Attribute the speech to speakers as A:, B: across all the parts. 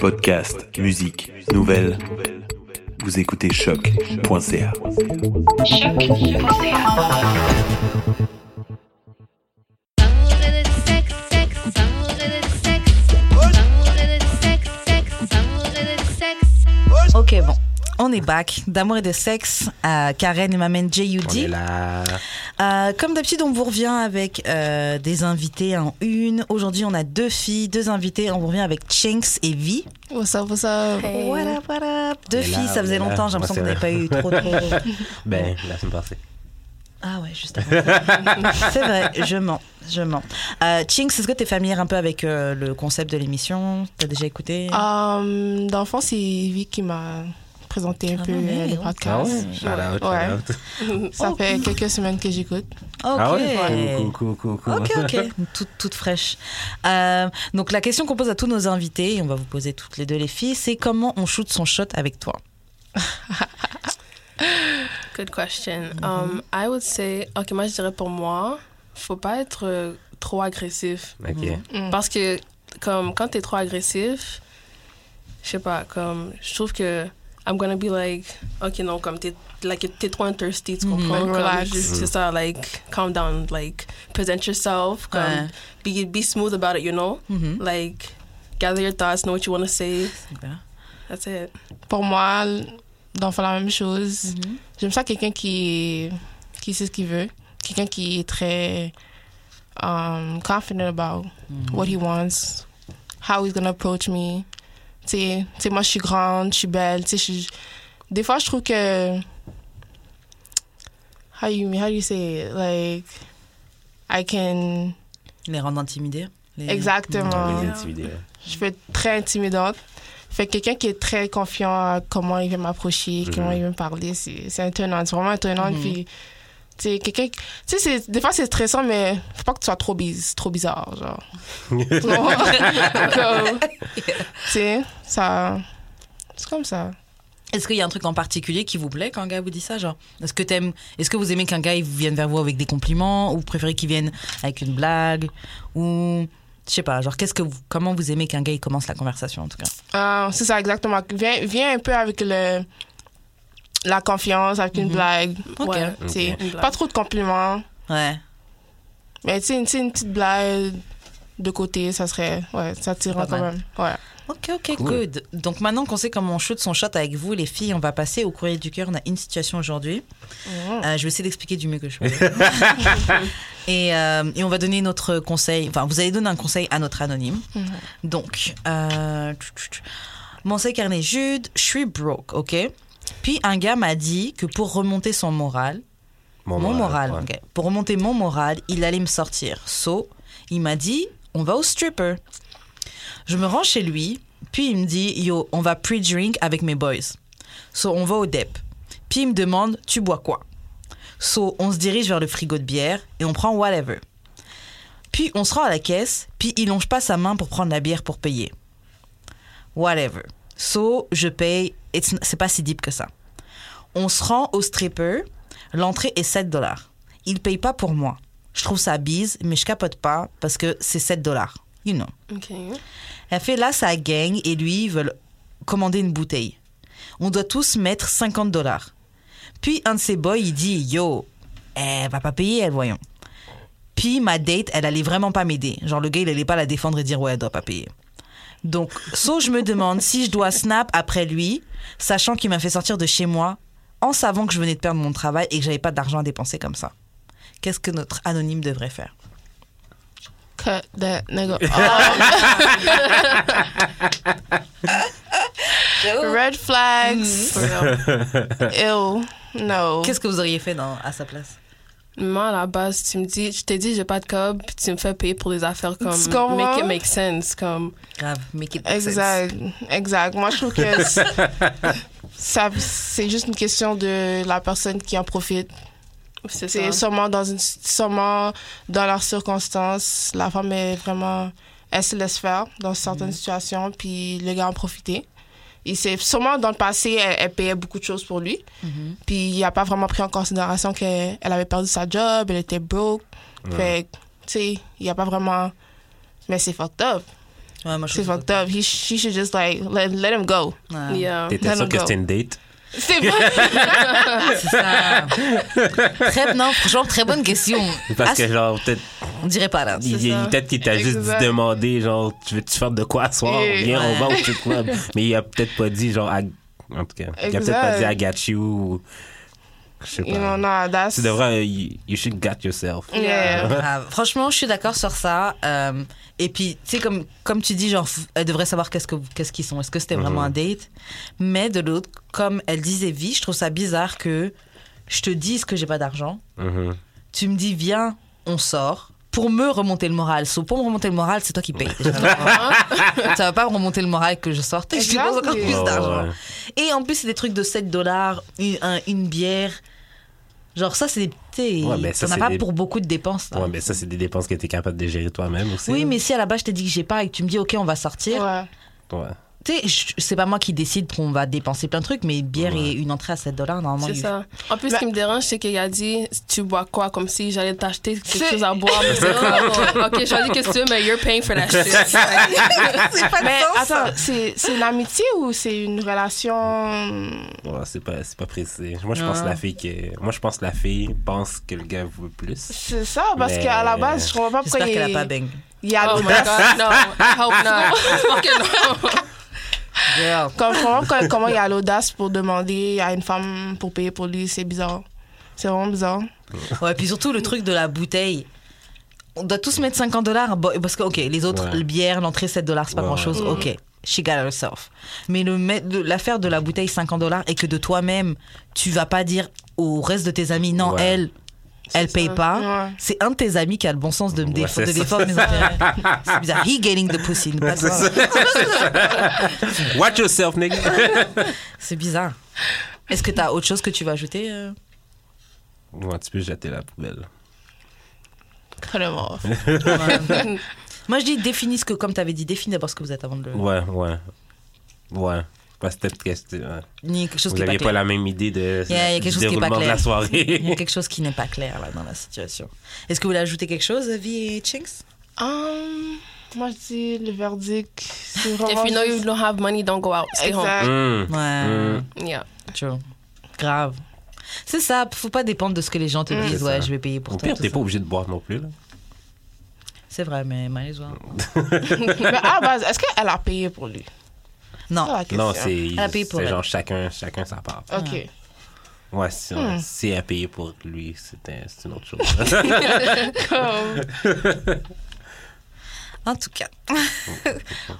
A: Podcast, musique, nouvelles. Vous écoutez choc.ca.
B: Ok, bon. On est back d'amour et de sexe. à Karen et ma main
C: On est
B: J.U.D.
C: là.
B: Euh, comme d'habitude, on vous revient avec euh, des invités en une. Aujourd'hui, on a deux filles, deux invités. On vous revient avec Chinks et Vi.
D: What's up, what's up?
B: Voilà, voilà. Deux
C: On est
B: filles,
C: là,
B: ça
C: on
B: faisait
C: est là.
B: longtemps. J'ai
C: Moi,
B: l'impression
C: c'est
B: qu'on n'avait pas eu trop de.
C: Ben, la semaine passée.
B: Ah ouais, juste avant. C'est vrai, je mens, je mens. Euh, Chinks, est-ce que tu es familière un peu avec euh, le concept de l'émission T'as déjà écouté
D: Euh, dans le fond, c'est Vi qui m'a présenté un
B: Ah
D: peu
B: non, mais Oh.
D: euh, le
B: ouais.
C: Ah ouais?
D: podcast.
C: Shout out, shout
D: Ouais.
C: out.
D: Ça fait quelques semaines que j'écoute.
B: Ok.
C: Ah ouais? Coucou, coucou, coucou.
B: Ok, ok. Toute, toute fraîche. Euh, donc, la question qu'on pose à tous nos invités, et on va vous poser toutes les deux les filles, c'est comment on shoot son shot avec toi
E: Good question.
B: Mm-hmm.
E: Um, I would say, ok, moi je dirais pour moi, faut pas être euh, trop agressif.
C: Ok.
B: Mm-hmm.
E: Parce que, comme, quand t'es trop agressif, je sais pas, comme, je trouve que I'm gonna be like, ok, non, comme, t'es like, t'es trop thirsty, tu
B: Mm-hmm.
E: comprends?
D: Like,
E: Comme,
D: relax.
E: juste- C'est ça, like, calm down, like, present yourself, comme, be, be smooth about it, you know?
B: Mhm.
E: Like, gather your thoughts, know what you wanna say.
B: Super.
E: That's it.
D: Pour moi, d'en faire la même chose.
B: Mhm.
D: J'aime ça quelqu'un qui, qui sait ce qu'il veut. Quelqu'un qui est très um, confident about what he wants, how he's gonna approach me. Tu sais- tu sais, moi, je suis grande, je suis belle. tu sais, je- des fois, je trouve que... How you, how do you say it? Like, I can...
B: Les rendre intimidés les- Mhm.
D: Exactement.
C: Les intimider, hein.
D: Je peux être très intimidante. Fait que quelqu'un qui est très confiant à comment il veut m'approcher, comment il veut me parler, c'est c'est un turn-on. C'est vraiment un turn-on. Puis, tu sais, quelqu'un. qui- Tu sais, c'est- des fois, c'est stressant, mais faut pas que tu sois trop, biz- trop bizarre, genre. Tu comprends? Comme- Tu sais, ça. C'est comme ça.
B: Est-ce qu'il y a un truc en particulier qui vous plaît quand un gars vous dit ça genre Est-ce que, t'aimes- est-ce que vous aimez qu'un gars il vienne vers vous avec des compliments Ou vous préférez qu'il vienne avec une blague Ou. Je sais pas, genre, qu'est-ce que vous- comment vous aimez qu'un gars il commence la conversation en tout cas
D: Ah, c'est ça, exactement. Viens, viens un peu avec le, la confiance, avec une blague.
B: Ok.
E: Ouais.
D: Tu sais,
E: Une blague.
D: Pas trop de compliments.
B: Ouais.
D: Mais tu sais, une, tu sais, une petite blague de côté, ça serait. Ouais, ça tire
B: Pas
D: quand
B: mal.
D: même. Ouais.
B: Ok, ok,
C: Cool.
B: good. Donc maintenant qu'on sait comment on shoot son shot avec vous, les filles, on va passer au courrier du cœur. On a une situation aujourd'hui. Euh, je vais essayer d'expliquer du mieux que je peux. et, euh, et on va donner notre conseil. Enfin, vous allez donner un conseil à notre anonyme. Donc, euh, tch, tch, tch. mon c'est carnet Jude, je suis broke, ok Puis un gars m'a dit que pour remonter son moral, mon moral,
C: ouais.
B: ok. Pour remonter mon moral, il allait me sortir. So, il m'a dit, on va au stripper. Je me rends chez lui, puis il me dit, yo, on va pre-drink avec mes boys. So, on va au DEP. Puis il me demande, tu bois quoi So, on se dirige vers le frigo de bière et on prend whatever. Puis on se rend à la caisse, puis il longe pas sa main pour prendre la bière pour payer. Whatever. So, je paye, It's- c'est pas si deep que ça. On se rend au stripper. L'entrée est 7 dollars. Il paye pas pour moi. Je trouve ça bise, mais je capote pas parce que c'est 7 dollars. You know.
E: Ok.
B: Elle fait là sa gang et lui ils veulent commander une bouteille. On doit tous mettre 50 dollars. Puis un de ses boys il dit yo, elle va pas payer elle voyons. Puis ma date elle allait vraiment pas m'aider. Genre le gars il allait pas la défendre et dire ouais elle doit pas payer. Donc so je me demande si je dois snap après lui, sachant qu'il m'a fait sortir de chez moi en savant que je venais de perdre mon travail et que j'avais pas d'argent à dépenser comme ça. Qu'est-ce que notre anonyme devrait faire
D: Cut that nigga off. Red flags.
E: For real.
D: Ew. No.
B: Qu'est-ce que vous auriez fait dans- à sa place
E: Moi, à la base, tu me dis, je t'ai dit, j'ai pas de cob, puis tu me fais payer pour des affaires comme.
D: Tu comprends?
E: Make it make sense, comme.
B: Grave, make it make sense.
D: Exact. Exact. Moi, je trouve que c- ça, c'est juste une question de la personne qui en profite.
E: C'est
D: C'est
E: ça.
D: sûrement dans une, sûrement dans leurs circonstances, la femme est vraiment, elle se laisse faire dans
B: Mhm.
D: certaines situations, puis le gars en profiter. Il s'est sûrement dans le passé, elle, elle payait beaucoup de choses pour lui,
B: Mhm.
D: puis il n'a pas vraiment pris en considération qu'elle elle avait perdu sa job, elle était broke. Fait que, tu sais, il n'a pas vraiment, mais c'est fucked up.
B: Ouais, moi, je
D: C'est
B: trouve
D: fucked up. He, she should just like let, let him go.
B: ça- Ouais,
E: Yeah.
D: Let
C: T'étais
D: him
C: sûr que
D: go.
C: c'était une date?
D: C'est vrai.
B: c'est ça. Très, non, franchement, très bonne question.
C: Parce
B: Ah,
C: que, genre, peut-être
B: On dirait pas là.
E: C'est
C: il- il-
E: ça.
C: peut-être qu'il t'a juste
D: Exact.
C: demandé, genre, tu veux-tu faire de quoi ce soir?
D: Et-
C: Viens, on va au
B: Ouais.
C: strip club. Mais il a peut-être pas dit, genre, I- en tout cas, il a peut-être pas dit I
D: Exact.
C: got you ou. Je sais
D: you know,
C: pas.
D: nah, that's.
C: Tu devrais, euh, you, you should got yourself.
D: Yeah.
B: Grave. Ah, Franchement, je suis d'accord sur ça. Euh, et puis, tu sais, comme, comme tu dis, genre, f- elle devrait savoir qu'est-ce que- qu'est-ce qu'ils sont. Est-ce que
C: Mhm.
B: c'était vraiment un date Mais de l'autre, comme elle disait vie, je trouve ça bizarre que je te dise que j'ai pas d'argent.
C: Mhm.
B: Tu me dis, viens, on sort. Pour me remonter le moral. So, pour me remonter le moral, c'est toi qui payes. Déjà, ça va pas me remonter le moral que je sorte et que je dépense encore
D: Exactly.
B: plus
C: Ouais,
B: d'argent.
C: Oh, ouais.
B: Et en plus, c'est des trucs de 7 dollars, une, un- une bière. Genre, ça, c'est des. petits-
C: Ouais, mais ça,
B: T'en as
C: c'est
B: pas
C: des-
B: pour beaucoup de dépenses. là.
C: Ouais, mais ça, c'est des dépenses que t'es capable de gérer toi-même aussi.
B: Oui, mais si à la base je t'ai dit que j'ai pas et que tu me dis ok on va sortir,
D: Ouais.
C: Ouais.
B: tu sais, je- c'est pas moi qui décide qu'on va dépenser plein de trucs, mais bière et une entrée à 7 dollars normalement.
E: C'est
B: il-
E: ça. En plus, ce qui me dérange, c'est qu'il a dit Tu bois quoi Comme si j'allais t'acheter quelque
D: C'est-
E: chose à boire. Mais c'est comme, ok, je vais dire qu'est-ce que tu veux, mais you're paying for that shit.
B: c'est pas de
D: Mais
B: sens, ça.
D: attends, c'est c'est l'amitié ou c'est une relation.
C: Ouais, c'est pas, c'est pas précis. Moi, je pense
B: Ah.
C: que la fille que, moi, je pense que la fille pense que le gars veut plus.
D: C'est ça, parce
C: Mais-
D: qu'à la base, je comprends pas pourquoi
B: J'espère
D: il,
B: qu'elle a pas bang.
D: il y a
E: Oh my god, no, I hope not. J'espère que non.
B: Girl.
D: Comme je comprends pas comment il y a l'audace pour demander à une femme pour payer pour lui, c'est bizarre. C'est vraiment bizarre.
B: Ouais, puis surtout le truc de la bouteille. On doit tous mettre 50 dollars parce que ok les autres
C: Ouais.
B: le bière l'entrée 7 dollars c'est pas
C: Ouais,
B: grand chose.
C: ouais.
B: Ok. She got herself. Mais le mettre- de- l'affaire de la bouteille 50 dollars et que de toi-même tu vas pas dire au reste de tes amis non
C: Ouais.
B: elle elle
E: C'est
B: paye
E: ça.
B: pas.
D: Ouais.
B: C'est un de tes amis qui a le bon sens de me
C: Ouais,
B: défendre,
C: c'est
B: de
C: ça.
B: défendre mes intérêts. C'est bizarre. He getting the pussy, pas toi.
C: Watch yourself, nigga!
B: C'est bizarre. Est-ce que t'as autre chose que tu vas ajouter euh
C: Ouais, tu peux jeter la poubelle.
D: Vraiment.
B: Ouais. euh, Moi je dis définis ce que comme t'avais dit définis d'abord ce que vous êtes avant de le
C: Ouais, ouais. Ouais. Parce que peut-être que c'était- ouais.
B: ni quelque chose
C: vous
B: qui est
C: n'aviez
B: pas
C: pas,
B: clair.
C: la même idée de,
B: Il y a- il y a quelque
C: du
B: chose qui est pas
C: déroulement de la
B: clair. Il y a
C: soirée.
B: quelque chose qui n'est pas clair là dans la situation. Est-ce que vous voulez ajouter quelque chose, Vi et Chinks
D: Hum, moi, je dis le verdict, c'est vraiment.
E: If you know you
D: juste-
E: don't have money, don't go out. Stay home.
D: Exact.
C: Hum.
B: Ouais,
C: Hum.
E: Yeah.
B: true. Grave. C'est ça, faut pas dépendre de ce que les gens te
C: Mm.
B: disent.
C: C'est
B: Ouais,
C: ça.
B: je vais payer pour
C: Au
B: toi.
C: pire,
B: tout
C: t'es
B: ça.
C: pas obligé de boire non plus. Là.
B: C'est vrai, mais malaise.
D: Mais à la base, est-ce qu'elle a payé pour lui
B: Non,
D: C'est
B: Ah,
D: la question.
C: Non, c'est
B: Elle a payé pour
C: c'est
B: elle. Ah.
C: genre chacun, chacun sa part.
D: Ok.
C: Ouais, si,
D: Hmm.
C: si elle payait pour lui, c'était c'est une autre chose.
D: Comme-
B: en tout cas,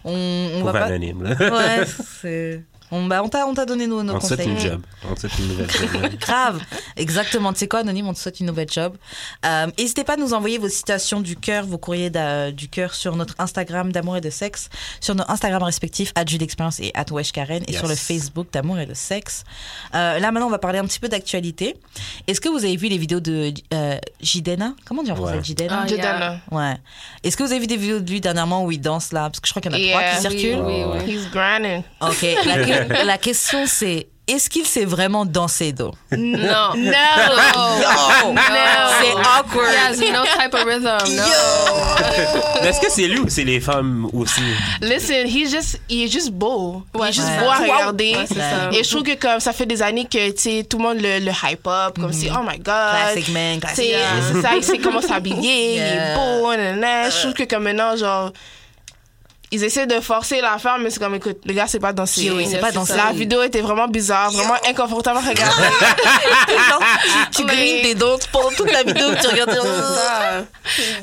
B: on, on
C: Pour
B: va pas.
C: anonyme. Là.
B: Ouais, c'est. On, bah, on t'a on t'a donné nos, nos
C: On te souhaite
B: conseils.
C: une job. On te souhaite une nouvelle job.
B: Grave, exactement. Tu sais quoi, Anonyme, on te souhaite une nouvelle job. Euh, N'hésitez pas à nous envoyer vos citations du cœur, vos courriers d'a- du cœur sur notre Instagram d'amour et de sexe, sur nos Instagram respectifs, d'expérience et @weshkaren et
C: Yes.
B: sur le Facebook d'amour et de sexe. Euh, là, maintenant, on va parler un petit peu d'actualité. Est-ce que vous avez vu les vidéos de euh, Jidena Comment on dit en français
C: Ouais.
B: Jidena
E: Ah,
D: Je
E: yeah.
D: donne
B: Ouais. Est-ce que vous avez vu des vidéos de lui dernièrement où il danse là Parce que je crois qu'il y en a trois
D: Yeah.
B: qui circulent.
E: euh, Oui,
D: un.
E: oui, oui.
D: He's grinding.
B: Ok. La, que- la question c'est est-ce qu'il sait vraiment danser though
E: No. No.
B: Yo. C'est awkward.
E: Oh, He has no type of rhythm. No.
C: Mais Est-ce que c'est lui ou c'est les femmes aussi?
D: Listen, he's just, il est juste beau. il
E: Ouais,
D: est juste
B: ouais.
D: beau à
B: Wow.
D: regarder.
E: Ouais, c'est ça.
D: Et je trouve que comme ça fait des années que tu sais, tout le monde le, le hype up, comme si oh my god.
B: Mm-hmm. Classic man,
D: Tu
B: classic
D: sais,
B: man.
D: C'est ça, il sait comment s'habiller, il
B: Yeah.
D: est beau, nanana. Je trouve que comme maintenant, genre, ils essaient de forcer l'affaire, mais c'est comme écoute, le gars, c'est pas danser.
B: Oui, c'est
E: c'est
B: pas
E: ça.
B: danser.
D: La vidéo était vraiment bizarre, vraiment inconfortable à regarder.
B: Genre, tu, tu
D: Mais-
B: grignes des dents pendant toute la vidéo, tu regardes. tu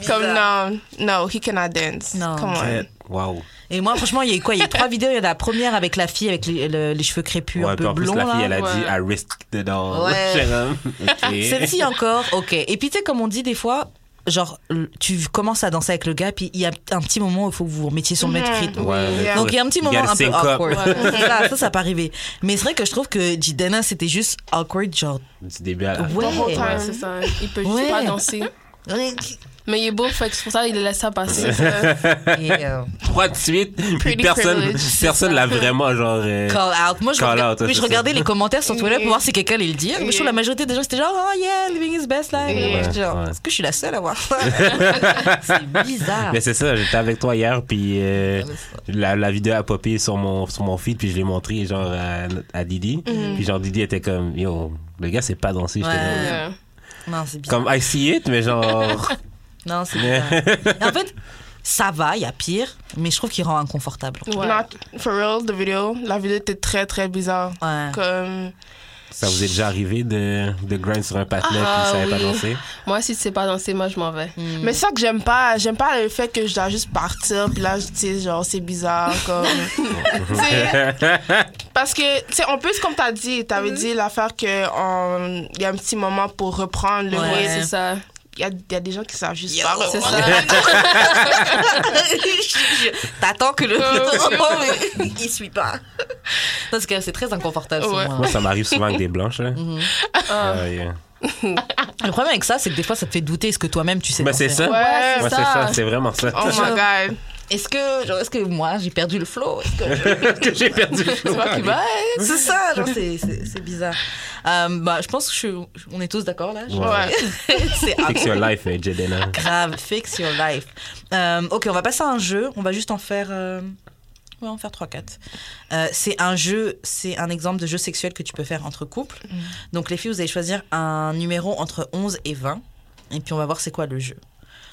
B: regardes.
D: comme non, no, he cannot dance.
B: Non.
D: Come on.
C: Ben, Wow.
B: Et moi, franchement, il y a eu quoi Il y a eu trois vidéos. Il y en a la première avec la fille avec les, le- les cheveux crépus
C: Ouais,
B: un
C: puis
B: peu
C: en plus,
B: blonds.
C: la fille,
B: là.
C: elle a dit
E: Ouais.
C: I risk the doll.
B: Ouais.
C: Jérôme. Ok.
B: Celle-ci encore, ok. Et puis, tu sais, comme on dit des fois, genre, le- tu commences à danser avec le gars, puis il y a un petit moment où il faut que vous vous remettiez sur le même rythme.
C: Ouais.
B: Donc il y a un petit
C: You
B: moment
C: gotta
B: un peu
C: sync up.
B: awkward. ça, ça, ça peut arriver. Mais c'est vrai que je trouve que Jidena, c'était juste awkward, genre.
C: Du début à la fin.
B: Ouais.
D: whole
E: Ouais,
D: time.
E: c'est ça. Il peut
B: Ouais.
E: juste pas danser. Mais il est beau, fait que c'est pour ça qu'il laisse ça passer.
B: Et, euh,
C: Trois de suite, puis
D: Pretty
C: personne,
D: privilege.
C: personne l'a vraiment genre. euh,
B: Call out. Moi, je,
C: Call
B: regarde-
C: out, ouais,
B: oui, je
C: c'est ça.
B: regardais les commentaires sur Twitter
D: Yeah.
B: pour voir si quelqu'un allait le dire. Mais je trouve
D: Yeah.
B: la majorité des gens, c'était genre, oh yeah, living is best life.
D: Yeah.
B: Et je suis genre,
C: Ouais.
B: Est-ce que je suis la seule à voir ça? c'est bizarre.
C: Mais c'est ça, j'étais avec toi hier, puis euh, la, la vidéo a popé sur mon, sur mon feed, puis je l'ai montré genre à, à Didi.
B: Mm-hmm.
C: Puis genre Didi était comme, yo, le gars c'est pas dansé. J'étais
B: Ouais.
E: Euh,
B: Non, c'est bizarre.
C: Comme, I see it, mais genre.
B: Non, c'est bizarre. en fait, ça va, il y a pire, mais je trouve qu'il rend inconfortable.
E: ouais.
D: Not for real, the video. La vidéo était très, très bizarre.
B: Ouais.
D: Comme.
C: ça vous est déjà arrivé de, de grind sur un patinet,
E: Ah,
C: puis ça savait pas
E: oui.
C: danser?
E: Moi, si tu sais pas danser, moi, je m'en vais.
D: Mais c'est ça que j'aime pas. J'aime pas le fait que je dois juste partir. Puis là, tu sais, genre, c'est bizarre. Comme. Tu sais, parce que, tu sais, en plus, comme t'as dit, t'avais dit l'affaire que en- il y a un petit moment pour reprendre le
B: Ouais.
E: Ouais,
D: rythme.
E: c'est ça.
D: Il y a, il y a des gens qui savent juste
B: Yo.
D: pas
E: C'est
D: reprendre.
E: ça.
B: Je- je- T'attends que le. le robot, il suit pas. Parce que c'est très inconfortable.
D: Ouais.
B: selon moi.
C: Moi, ça m'arrive souvent avec des blanches, là.
B: Mm-hmm.
C: Ah, yeah.
B: Le problème avec ça, c'est que des fois, ça te fait douter. Est-ce que toi-même, tu sais
C: Ben,
B: danser
C: c'est ça.
E: Ouais,
C: Moi,
E: c'est
C: c'est ça,
E: ça.
C: c'est vraiment ça.
D: Oh my god.
B: Est-ce que, genre, est-ce que moi, j'ai perdu le flow Est-ce que-
C: que j'ai perdu le
B: C'est moi qui
C: focus.
B: va, hein, c'est ça, genre, c'est- c'est c'est bizarre. Euh, bah, je pense que je suis- on est tous d'accord là. je-
C: Ouais.
D: Ouais.
B: c'est
C: Fix your life, eh, Jedena.
B: grave, fix your life. Euh, ok, on va passer à un jeu, on va juste en faire... euh, Ouais, en faire 3-4. c'est un jeu, c'est un exemple de jeu sexuel que tu peux faire entre couples. Donc les filles, vous allez choisir un numéro entre 11 et 20, et puis on va voir c'est quoi le jeu.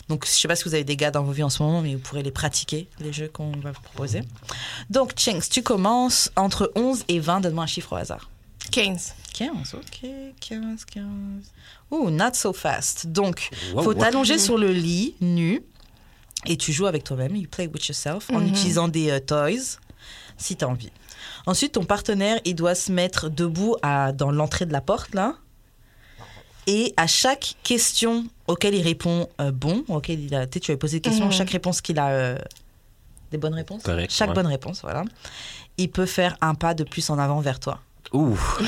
B: Donc je sais pas si vous avez des gars dans vos vies en ce moment, mais vous pourrez les pratiquer, les jeux qu'on va vous proposer. Donc Chinks, tu commences entre 11 et 20, donne-moi un chiffre au hasard.
D: 15.
B: 15, ok, 15, 15. Ouh, not so fast. Donc,
C: Wow,
B: faut
C: wow.
B: t'allonger sur le lit, nu, et tu joues avec toi-même, you play with yourself, en utilisant des euh, toys, si t'as envie. Ensuite, ton partenaire, il doit se mettre debout à, dans l'entrée de la porte, là. Et à chaque question auquel il répond euh, bon, auquel il a, tu sais, tu avais posé des questions,
D: Mhm.
B: chaque réponse qu'il a euh, des bonnes réponses,
C: Correct,
B: chaque
C: ouais.
B: bonne réponse, voilà, il peut faire un pas de plus en avant vers toi.
C: Ouf.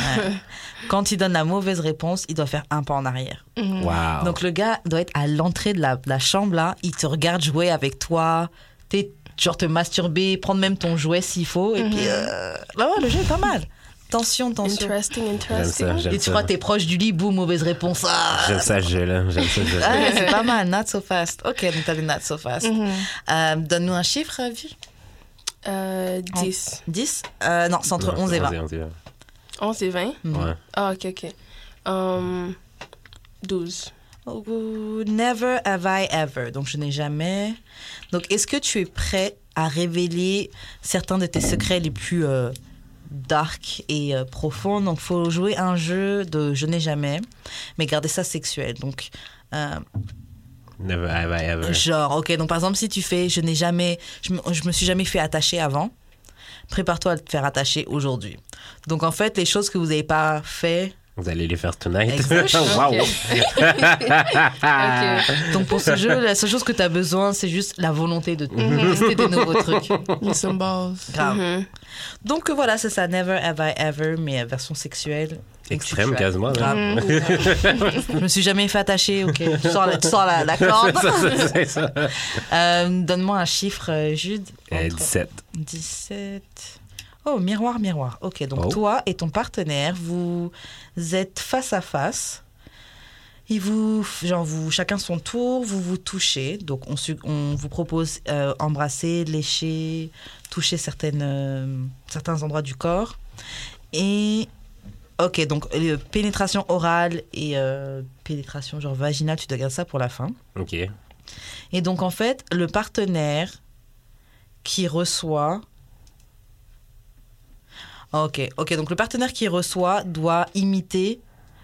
B: Quand il donne la mauvaise réponse, il doit faire un pas en arrière.
C: Wow.
B: Mm. Donc le gars doit être à l'entrée de la, de la chambre là, il te regarde jouer avec toi, t'es genre te masturber, prendre même ton jouet s'il faut, et puis euh, bah ouais, le jeu est pas mal. Tension, tension.
E: Interesting,
C: j'aime ça,
E: interesting.
C: j'aime
B: Et tu
C: ça.
B: crois que t'es proche du lit, boum, mauvaise réponse. Ah.
C: J'aime ça, je là. J'aime ça, je
B: Ah, c'est pas mal, not so fast. Ok, donc t'as des not so fast. Euh, Donne-nous un chiffre, euh, Viv.
E: Euh, 10.
B: 10 Euh, Non, c'est entre
C: Non,
B: 11 et Mhm. 20.
C: 11 et
E: 11 et 20.
C: 20. Ouais.
E: Ah, ok, ok. Um, 12.
B: Oh, Never have I ever. Donc, je n'ai jamais. Donc, est-ce que tu es prêt à révéler certains de tes secrets les plus euh, dark et euh, profonds Donc, faut jouer un jeu de je n'ai jamais, mais garder ça sexuel. Donc, euh,
C: Never have I ever.
B: genre, ok. Donc, par exemple, si tu fais je n'ai jamais, je me, je me suis jamais fait attacher avant, prépare-toi à te faire attacher aujourd'hui. Donc, en fait, les choses que vous n'avez pas fait.
C: Vous allez les faire tonight.
B: Exactement.
C: wow.
E: Ok. ok.
B: Donc, pour ce jeu, la seule chose que tu as besoin, c'est juste la volonté de tester des nouveaux trucs.
D: Need some balls.
B: Grave.
E: Mhm.
B: Donc euh, voilà, c'est ça, Never Have I Ever, mais euh, version sexuelle.
C: Extrême
B: Sexuelle.
C: quasiment. là.
B: Grave. Mmh. Je me suis jamais fait attacher, ok. Tu sors la, tu sors la, la corde.
C: Ça, c'est ça.
B: Euh, Donne-moi un chiffre, euh, Jude.
C: Euh,
B: Entre
C: 17.
B: 17. Oh, miroir, miroir. Ok, donc
C: Oh.
B: toi et ton partenaire, vous êtes face à face. Et vous, genre, vous, chacun son tour, vous vous touchez. Donc, on, su- on vous propose euh, embrasser, lécher, toucher certaines, euh, certains endroits du corps. Et. Ok, donc euh, pénétration orale et euh, pénétration genre vaginale, tu dois garder ça pour la fin.
C: Ok.
B: Et donc, en fait, le partenaire qui reçoit. Ah, Ok, ok. Donc, le partenaire qui reçoit doit imiter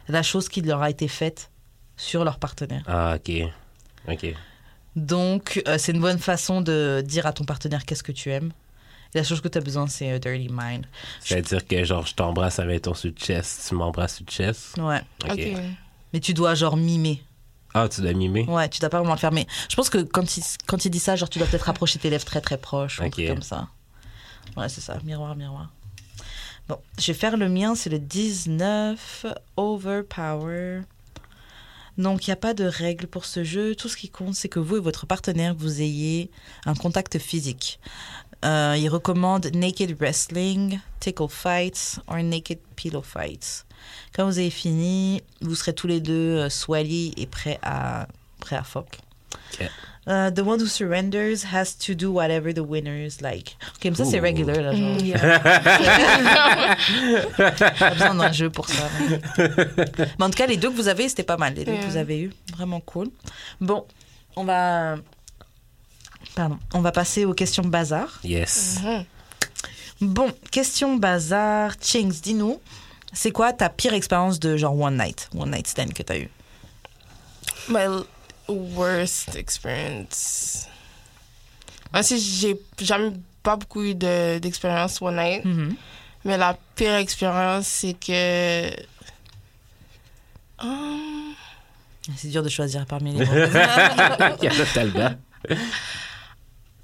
B: la chose qui leur a été faite sur leur partenaire.
C: Ah, ok. Ok.
B: Donc, euh, c'est une bonne façon de dire à ton partenaire qu'est-ce que tu aimes. Et la chose que tu as besoin, c'est euh, Dirty Mind.
C: C'est-à-dire que genre, je t'embrasse avec ton sous-chest. Tu m'embrasses sous-chest.
B: Ouais.
C: Ok.
D: Ok.
B: Mais tu dois, genre, mimer.
C: Ah, tu dois mimer.
B: Ouais, tu dois pas vraiment le faire. Mais je pense que quand il, quand il dit ça, genre, tu dois peut-être rapprocher tes lèvres très très proches ou un
C: Ok.
B: truc comme ça. Ouais, c'est ça. Miroir, miroir. Bon, je vais faire le mien, c'est le 19 Overpower. Donc, il n'y a pas de règles pour ce jeu. Tout ce qui compte, c'est que vous et votre partenaire, vous ayez un contact physique. Euh, il recommande Naked Wrestling, Tickle Fights or Naked Pillow Fights. Quand vous avez fini, vous serez tous les deux euh, swally et prêts à, prêts à fuck.
C: Ok.
B: Euh, the one who surrenders has to do whatever the winners like. Ok, mais ça c'est
C: Ooh.
B: regular là, genre.
E: Yeah.
B: Pas besoin d'un jeu pour ça. Mais en tout cas, les deux que vous avez, c'était pas mal. Les deux que vous avez eu, vraiment cool. Bon, on va. Pardon, on va passer aux questions bazar.
C: Yes.
B: Bon, question bazar. Chings, dis-nous, c'est quoi ta pire expérience de genre One Night, One Night Stand que t'as eu
D: My l- worst experience. Ainsi, j'ai jamais pas beaucoup eu de- d'expérience one night.
B: Hmm.
D: Mais la pire expérience, c'est que. Hum,
B: C'est dur de choisir parmi les deux. Mm-hmm.
C: Il y a le Talbot.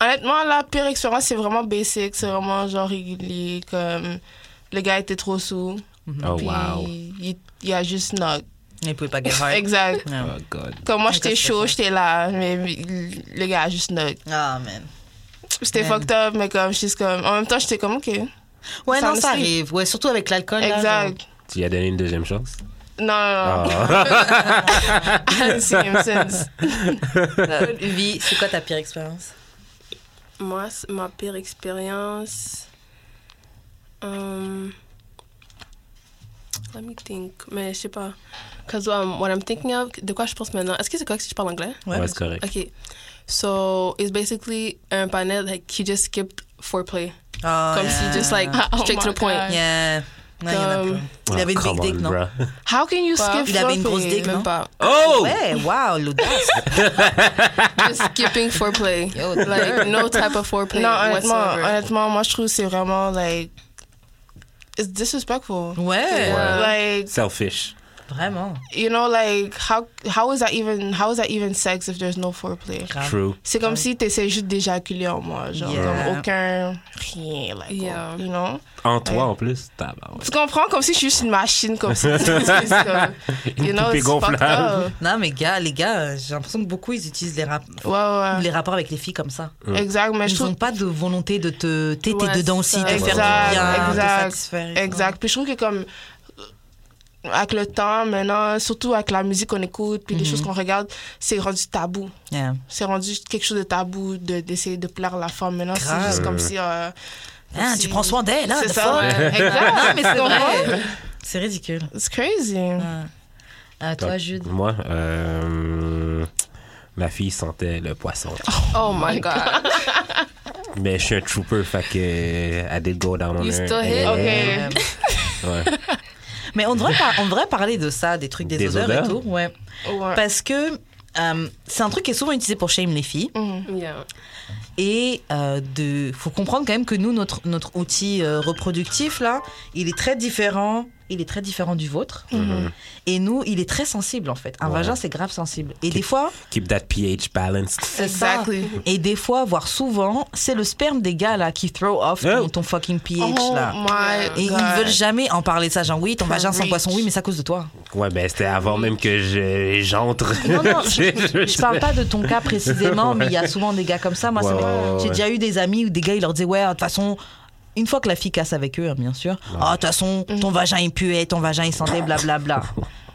D: honnêtement, la pire expérience, c'est vraiment basic. C'est vraiment genre régulier. Comme le gars était trop sous.
C: Oh,
D: puis
C: wow.
D: il, il a juste knock.
B: Ils pouvaient pas get hard.
D: Exact.
B: Ouais.
C: Oh, God.
D: Comme moi,
B: Ouais,
D: j'étais
B: qu'est-ce que
D: chaud,
B: c'est?
D: j'étais là. Mais le gars a juste knock.
B: Ah, man.
D: J'étais
B: Man.
D: fucked up, mais comme, j'étais comme. En même temps, j'étais comme, OK.
B: Ouais,
D: Ça
B: non, ça
D: aussi.
B: arrive. Ouais, surtout avec l'alcool. là, genre.
D: Exact.
C: Tu lui as donné une deuxième chance?
D: Non, non, non.
C: Ah. Oh.
D: I haven't seen him since.
B: Euh, Vi, c'est quoi ta pire expérience
E: Moi, c- ma pire expérience. Um, let me think. Mais je sais pas. Cause um, what I'm thinking of, de quoi je pense maintenant. Est-ce que c'est correct si je parle anglais?
C: Ouais, c'est correct.
E: Okay. So it's basically un panel like he just skipped foreplay.
B: Oh,
E: Comme si
B: yeah.
E: just like
D: Oh
E: straight to
D: my
E: the point.
D: God.
B: Yeah. Non, il y en a
E: Comme-
B: plus. Il avait une
C: Oh,
B: big
C: come
B: dick,
C: on,
B: non
C: bruh.
D: How can you skip
B: Il avait une grosse
D: foreplay?
B: dick, non?
E: Même pas.
C: Oh!
B: Ouais, wow, l'audace.
E: Just skipping foreplay.
B: Yo,
E: like no type of foreplay
D: Non, honnêtement,
E: whatsoever.
D: honnêtement, moi, je trouve que c'est vraiment, like... It's disrespectful.
B: Ouais,
E: Yeah.
D: Like,
C: Selfish.
B: vraiment.
D: you know, like, how, how is that even, how is that even sex if there's no foreplay?
B: Grave.
C: True.
D: C'est comme si t'essayais juste d'éjaculer en moi, genre,
B: Yeah.
D: comme aucun, rien, like,
E: Yeah.
D: you know?
C: En toi,
D: Ouais.
C: en plus. Tabarouette.
D: Tu comprends? Comme si je suis juste une machine, comme si, c'est comme, you know,
C: poupée
D: it's fucked
C: gonflable.
D: up.
B: Non, mais gars, les gars, euh, j'ai l'impression que beaucoup, ils utilisent les, rap-
D: Ouais, ouais.
B: les rapports avec les filles comme ça.
D: Exact, mais je
B: Ils
D: trouve
B: n'ont pas de volonté de te t'éter
E: Ouais,
B: dedans
E: c'est
B: aussi, de faire
E: ça.
B: du
D: Exact,
B: bien, de
D: exact,
B: satisfaire. et tout.
D: Exact. Puis je trouve que comme euh, avec le temps maintenant, surtout avec la musique qu'on écoute,
B: Mhm.
D: puis les choses qu'on regarde, c'est rendu tabou.
B: Yeah.
D: C'est rendu quelque chose de tabou de- d'essayer de, plaire à la femme. Maintenant, c'est
B: Grave.
D: juste comme si... euh, comme
B: Hein,
D: si-
B: tu prends soin d'elle, hein,
D: C'est
B: the
D: ça,
B: fuck.
D: ouais. Exact.
B: Non, mais c'est
D: Comprends?
B: vrai. C'est ridicule.
D: It's crazy.
B: Ouais. À toi, Jude.
C: Moi, euh, ma fille sentait le poisson.
E: oh my god.
C: Mais je suis un trooper, fait que euh, I did go down on
E: You
C: her.
E: still hit?
D: Okay.
B: Ouais.
C: Ouais.
B: Mais on devrait, par- on devrait parler de ça, des trucs des,
C: Des
B: odeurs, et
C: odeurs?
B: tout. Ouais.
D: Ouais.
B: Parce que euh, c'est un truc qui est souvent utilisé pour shame les filles.
D: Mhm.
E: Yeah.
B: Et euh, de, faut comprendre quand même que nous, notre, notre outil euh, reproductif, là, il est très différent. Il est très différent du vôtre. Mm-hmm. Et nous, il est très sensible, en fait. Un
C: Mhm. Ouais.
B: vagin, c'est grave sensible. Et des fois,
C: Keep that pH balanced.
B: c'est ça.
D: Exactly.
B: Et des fois, voire souvent, c'est le sperme des gars, là, qui throw off ton,
C: Oh.
B: ton fucking pH,
D: Oh
B: là.
D: my
B: Et
D: God.
B: ils veulent jamais en parler de ça. Genre, oui, ton vagin sans
D: Preach.
B: poisson, oui, mais c'est à cause de toi.
C: Ouais, ben c'était avant même que je- j'entre.
B: Non, non,
C: Tu
B: je,
C: sais,
B: je- je parle pas de ton cas précisément, mais il y a souvent des gars comme ça. Moi,
C: Ouais,
B: c'est-
C: ouais,
B: j'ai
C: ouais.
B: déjà eu des amis où des gars, ils leur disaient, ouais, de toute façon, une fois que la fille casse avec eux, hein, bien sûr, ah, de toute façon, ton
D: Mhm.
B: vagin, il puait, ton vagin, il sentait, blablabla.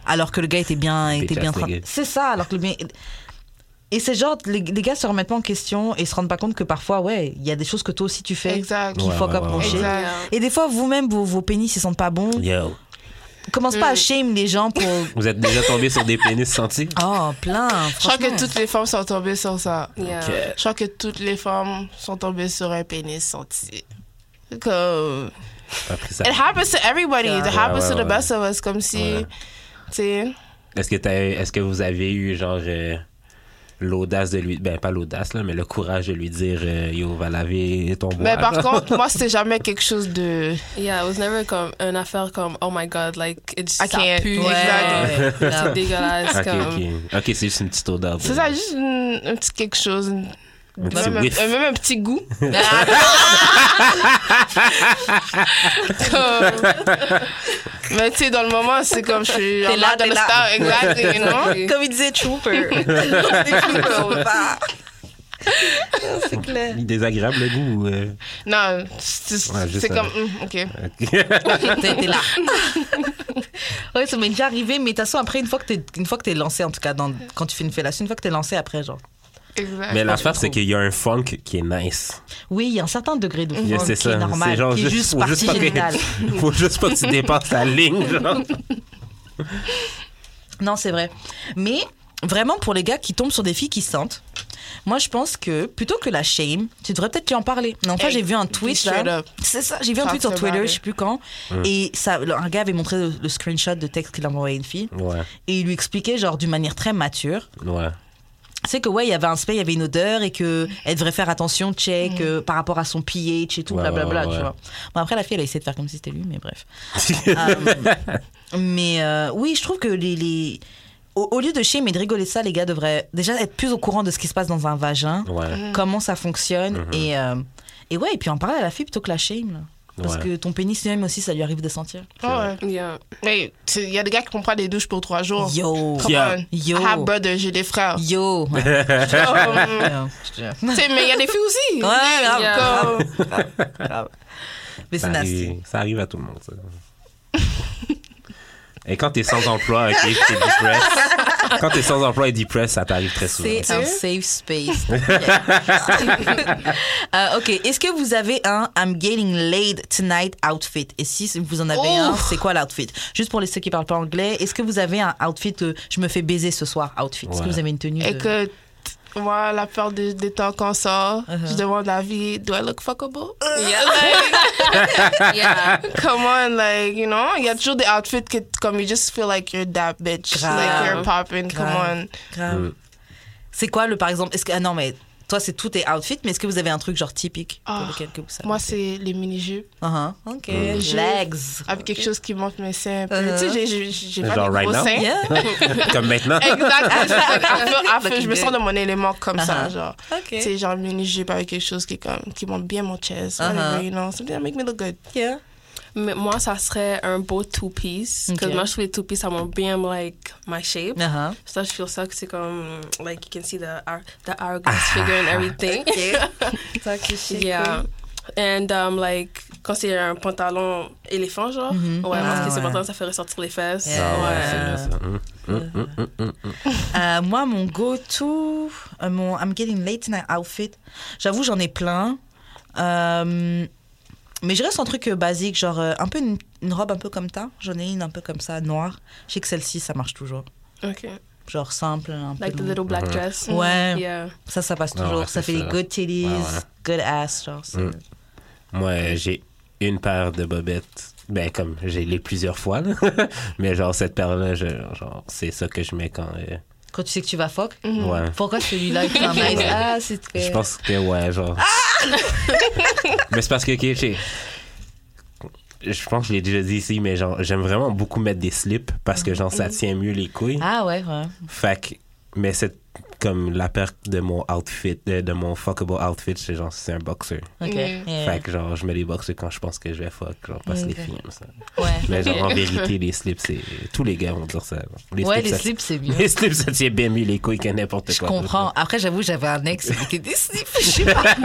B: Alors que le gars était bien, était bien en train.
C: Déclassé.
B: C'est ça, alors que le bien. Et c'est genre, les, les gars se remettent pas en question et se rendent pas compte que parfois, ouais, il y a des choses que toi aussi tu fais
D: Exact.
B: qui
C: Ouais,
B: fuck
C: ouais,
B: up
C: ouais,
B: mon
C: ouais.
B: shit.
D: Exact.
B: Et des fois, vous-même, vos, vos pénis, ils sentent pas bon.
C: Yo,
B: Commence
D: Mm.
B: pas à shame les gens pour.
C: vous êtes déjà tombé sur des pénis sentis?
B: Oh, plein.
D: Je crois que
B: franchement.
D: toutes les femmes sont tombées sur ça.
B: Ah.
E: Yeah.
C: Ok.
D: Je crois que toutes les femmes sont tombées sur un pénis senti. Comme...
C: T'as pris ça.
D: It happens to everybody. It
B: Ouais,
D: happens
C: ouais,
D: to the
C: ouais.
D: best of us. Comme si,
C: Ouais.
D: tu sais,
C: Est-ce que, t'as- est-ce que vous avez eu, genre, euh, l'audace de lui... Ben, pas l'audace, là, mais le courage de lui dire, euh, yo, va laver
B: Ben,
C: ton bois.
D: Mais par contre, moi, c'était jamais quelque chose de.
E: Yeah, it was never comme une affaire comme oh my god, like it just
D: I can't.
E: ça pue.
D: Ouais.
B: Ouais, grave.
E: C'est dégueulasse
C: OK,
E: comme
C: OK. OK, c'est juste une petite odeur. de-
D: C'est ça, juste une- un petit quelque chose. une-
C: Un petit
D: même,
C: whiff.
D: un, même un petit goût. Comme- Mais tu sais, dans le moment, c'est comme je suis en
B: T'es là,
D: mode dans
B: t'es
D: le
B: là.
D: star, exact, you know?
B: Comme il disait Trooper. Trooper, bah. C'est clair.
C: Désagréable le goût. euh,
D: Non, c'est c'est-
C: Ouais, juste
D: c'est
C: ça.
D: comme, hum, ok.
B: T'es t'es là. ouais, ça m'est déjà arrivé, mais de toute façon, après, une fois que t'es, une fois que t'es lancé, en tout cas, dans, quand tu fais une fellation, une fois que t'es lancé après, genre. Ah,
D: Exact.
C: Mais l'affaire,
B: trouve.
C: c'est qu'il y a un funk qui est nice.
B: Oui, il y a un certain degré de
C: Je
B: funk
C: sais
B: qui
C: ça.
B: est normal, qui est juste
C: faut
B: partie
C: pas que-
B: génitale.
C: faut juste pas que tu dépasses la ligne, genre.
B: Non, c'est vrai. Mais vraiment, pour les gars qui tombent sur des filles qui sentent, moi, je pense que plutôt que la shame, tu devrais peut-être lui en parler. Non, enfin,
D: Hey,
B: j'ai vu un tweet
D: straight
B: là.
D: up.
B: C'est ça, j'ai vu un
D: Fuck
B: tweet sur
D: the
B: Twitter,
D: body.
B: je sais plus quand. Et ça, un gars avait montré le, le screenshot de texte qu'il a envoyé à une fille.
C: Ouais,
B: Et il lui expliquait, genre, d'une manière très mature,
C: ouais.
B: c'est que ouais, il y avait un spray, il y avait une odeur et que elle devrait faire attention, check euh, par rapport à son pH et tout,
C: Ouais,
B: blablabla,
C: ouais, ouais,
B: tu
C: ouais.
B: vois. Bon après la fille, elle a essayé de faire comme si c'était lui, mais bref. Euh, mais euh, oui, je trouve que les, les- au, au lieu de chier mais de rigoler de ça, les gars devraient déjà être plus au courant de ce qui se passe dans un vagin,
C: Ouais. Mm-hmm.
B: comment ça fonctionne et euh, et ouais, et puis en parler à la fille plutôt que la shame. là. Parce
C: Ouais.
B: que ton pénis lui-même aussi, ça lui arrive de sentir.
D: Ouais.
E: Yeah.
D: Mais tu- il y a des gars qui prennent pas des douches pour trois jours.
B: Yo,
D: Come
C: Yeah.
D: on.
B: Yo.
D: I have brother, j'ai des frères.
B: yo. Je
D: Comme,
B: te jure.
D: tu sais, mais il y a des filles aussi.
B: Ouais, grave,
E: Yeah.
B: grave, grave, grave. Mais c'est
C: Ça
B: nasty.
C: arrive, ça arrive à tout le monde, ça. Et quand t'es sans emploi, ok, puis t'es depressed. Quand t'es sans emploi et depressed, ça t'arrive très souvent.
B: C'est un safe space. Euh, ok, est-ce que vous avez un I'm getting laid tonight outfit Et si vous en avez un,
D: Ouf.
B: c'est quoi l'outfit Juste pour les ceux qui parlent pas anglais, est-ce que vous avez un outfit euh, Je me fais baiser ce soir outfit Est-ce que
C: Ouais.
B: vous avez une tenue de-
D: Écoute, moi, la peur de- des temps qu'on sort,
B: Uh-huh.
D: je demande la vie, do I look fuckable?
E: Yeah.
D: Come on, like, you know, il y a toujours des outfits que, comme, you just feel like you're that bitch.
B: Grave.
D: Like, you're popping, come
B: Grave.
D: on.
B: Grave.
C: Mm.
B: C'est quoi le par exemple Est-ce que ah non mais toi c'est tous tes outfits, mais est-ce que vous avez un truc genre typique pour
D: Ah,
B: lequel que vous savez
D: Moi, c'est les mini-jupes,
B: Uh-huh. Ok.
D: Mm.
B: Legs.
D: avec quelque chose qui montre mes seins un peu.
B: Uh-huh.
D: Tu sais, j'ai- j'ai j'ai pas
C: Genre
D: des gros
C: right now?
D: seins.
B: Yeah.
C: Comme maintenant.
D: Exact, Ah, exact. À feu, à feu,
B: Looking
D: je me sens
B: good.
D: dans mon élément comme ça,
B: Uh-huh.
D: genre.
B: Ok.
D: Tu sais, genre mini-jupe avec quelque chose qui, est comme, qui montre bien mon chest, whatever,
B: Uh-huh.
D: you know, something that make me look good.
B: Yeah.
E: Mais moi, ça serait un beau two-piece. Parce
B: Ok.
E: moi, je trouve les two-piece, ça montre bien, like, my shape.
B: Uh-huh.
E: Ça, je feel ça que c'est comme, like, you can see the, hour- the
B: Ah.
E: hourglass figure and everything. Yeah. And, um, like, quand c'est un pantalon éléphant, genre, ouais,
B: Ah,
E: parce que ce
B: ouais.
E: pantalon, ça fait ressortir les fesses.
B: Yeah.
C: Ah ouais,
E: Ouais.
C: c'est vrai, ça. Hum, hum, hum, hum, hum.
B: Euh, moi, mon go-to, euh, mon I'm getting late tonight outfit, j'avoue, j'en ai plein. Euh, mais je reste en truc euh, basique, genre euh, un peu une, une robe un peu comme ça. J'en ai une un peu comme ça, noire. Je sais que celle-ci, ça marche toujours.
E: OK.
B: Genre simple, un peu.
E: Like the
B: long.
E: little black dress.
B: Mm-hmm.
E: Mm-hmm.
B: Ouais.
E: Yeah.
B: Ça, ça passe
C: Ah ouais,
B: toujours. ça
C: c'est
B: fait des
C: ça.
B: good titties,
C: Ouais, ouais.
B: good ass. Genre, c'est-
C: Mm. Moi, j'ai une paire de bobettes. Ben, comme j'ai les plusieurs fois, là. Mais genre, cette paire-là, je- genre, c'est ça que je mets quand. euh,
B: Quand tu sais que tu vas fuck,
C: Ouais.
B: pourquoi celui-là il fait un nice Ah, ass et tout.
C: Je pense que ouais, genre. mais c'est parce que, ok, j'ai- je pense que je l'ai déjà dit ici, mais genre, j'aime vraiment beaucoup mettre des slips parce que, genre, ça tient mieux les couilles.
B: Ah ouais, ouais.
C: Fait que, mais c'est comme la paire de mon outfit, euh, de, de mon fuckable outfit, c'est genre, c'est un boxer.
B: Ok.
D: Mm.
B: Yeah.
C: Fait que, genre, je mets des boxers quand je pense que je vais fuck, genre, parce que les
B: Euh. Ok.
C: filles aiment ça.
B: Ouais.
C: Mais genre, en vérité, les slips, c'est. Tous les gars vont dire ça. Les
B: ouais,
C: slips,
B: les
C: ça-
B: slips, c'est mieux.
C: Les slips, ça tient bien mieux les couilles que n'importe quoi.
B: Je comprends. Après, j'avoue, j'avais un ex qui était des slips, je sais pas.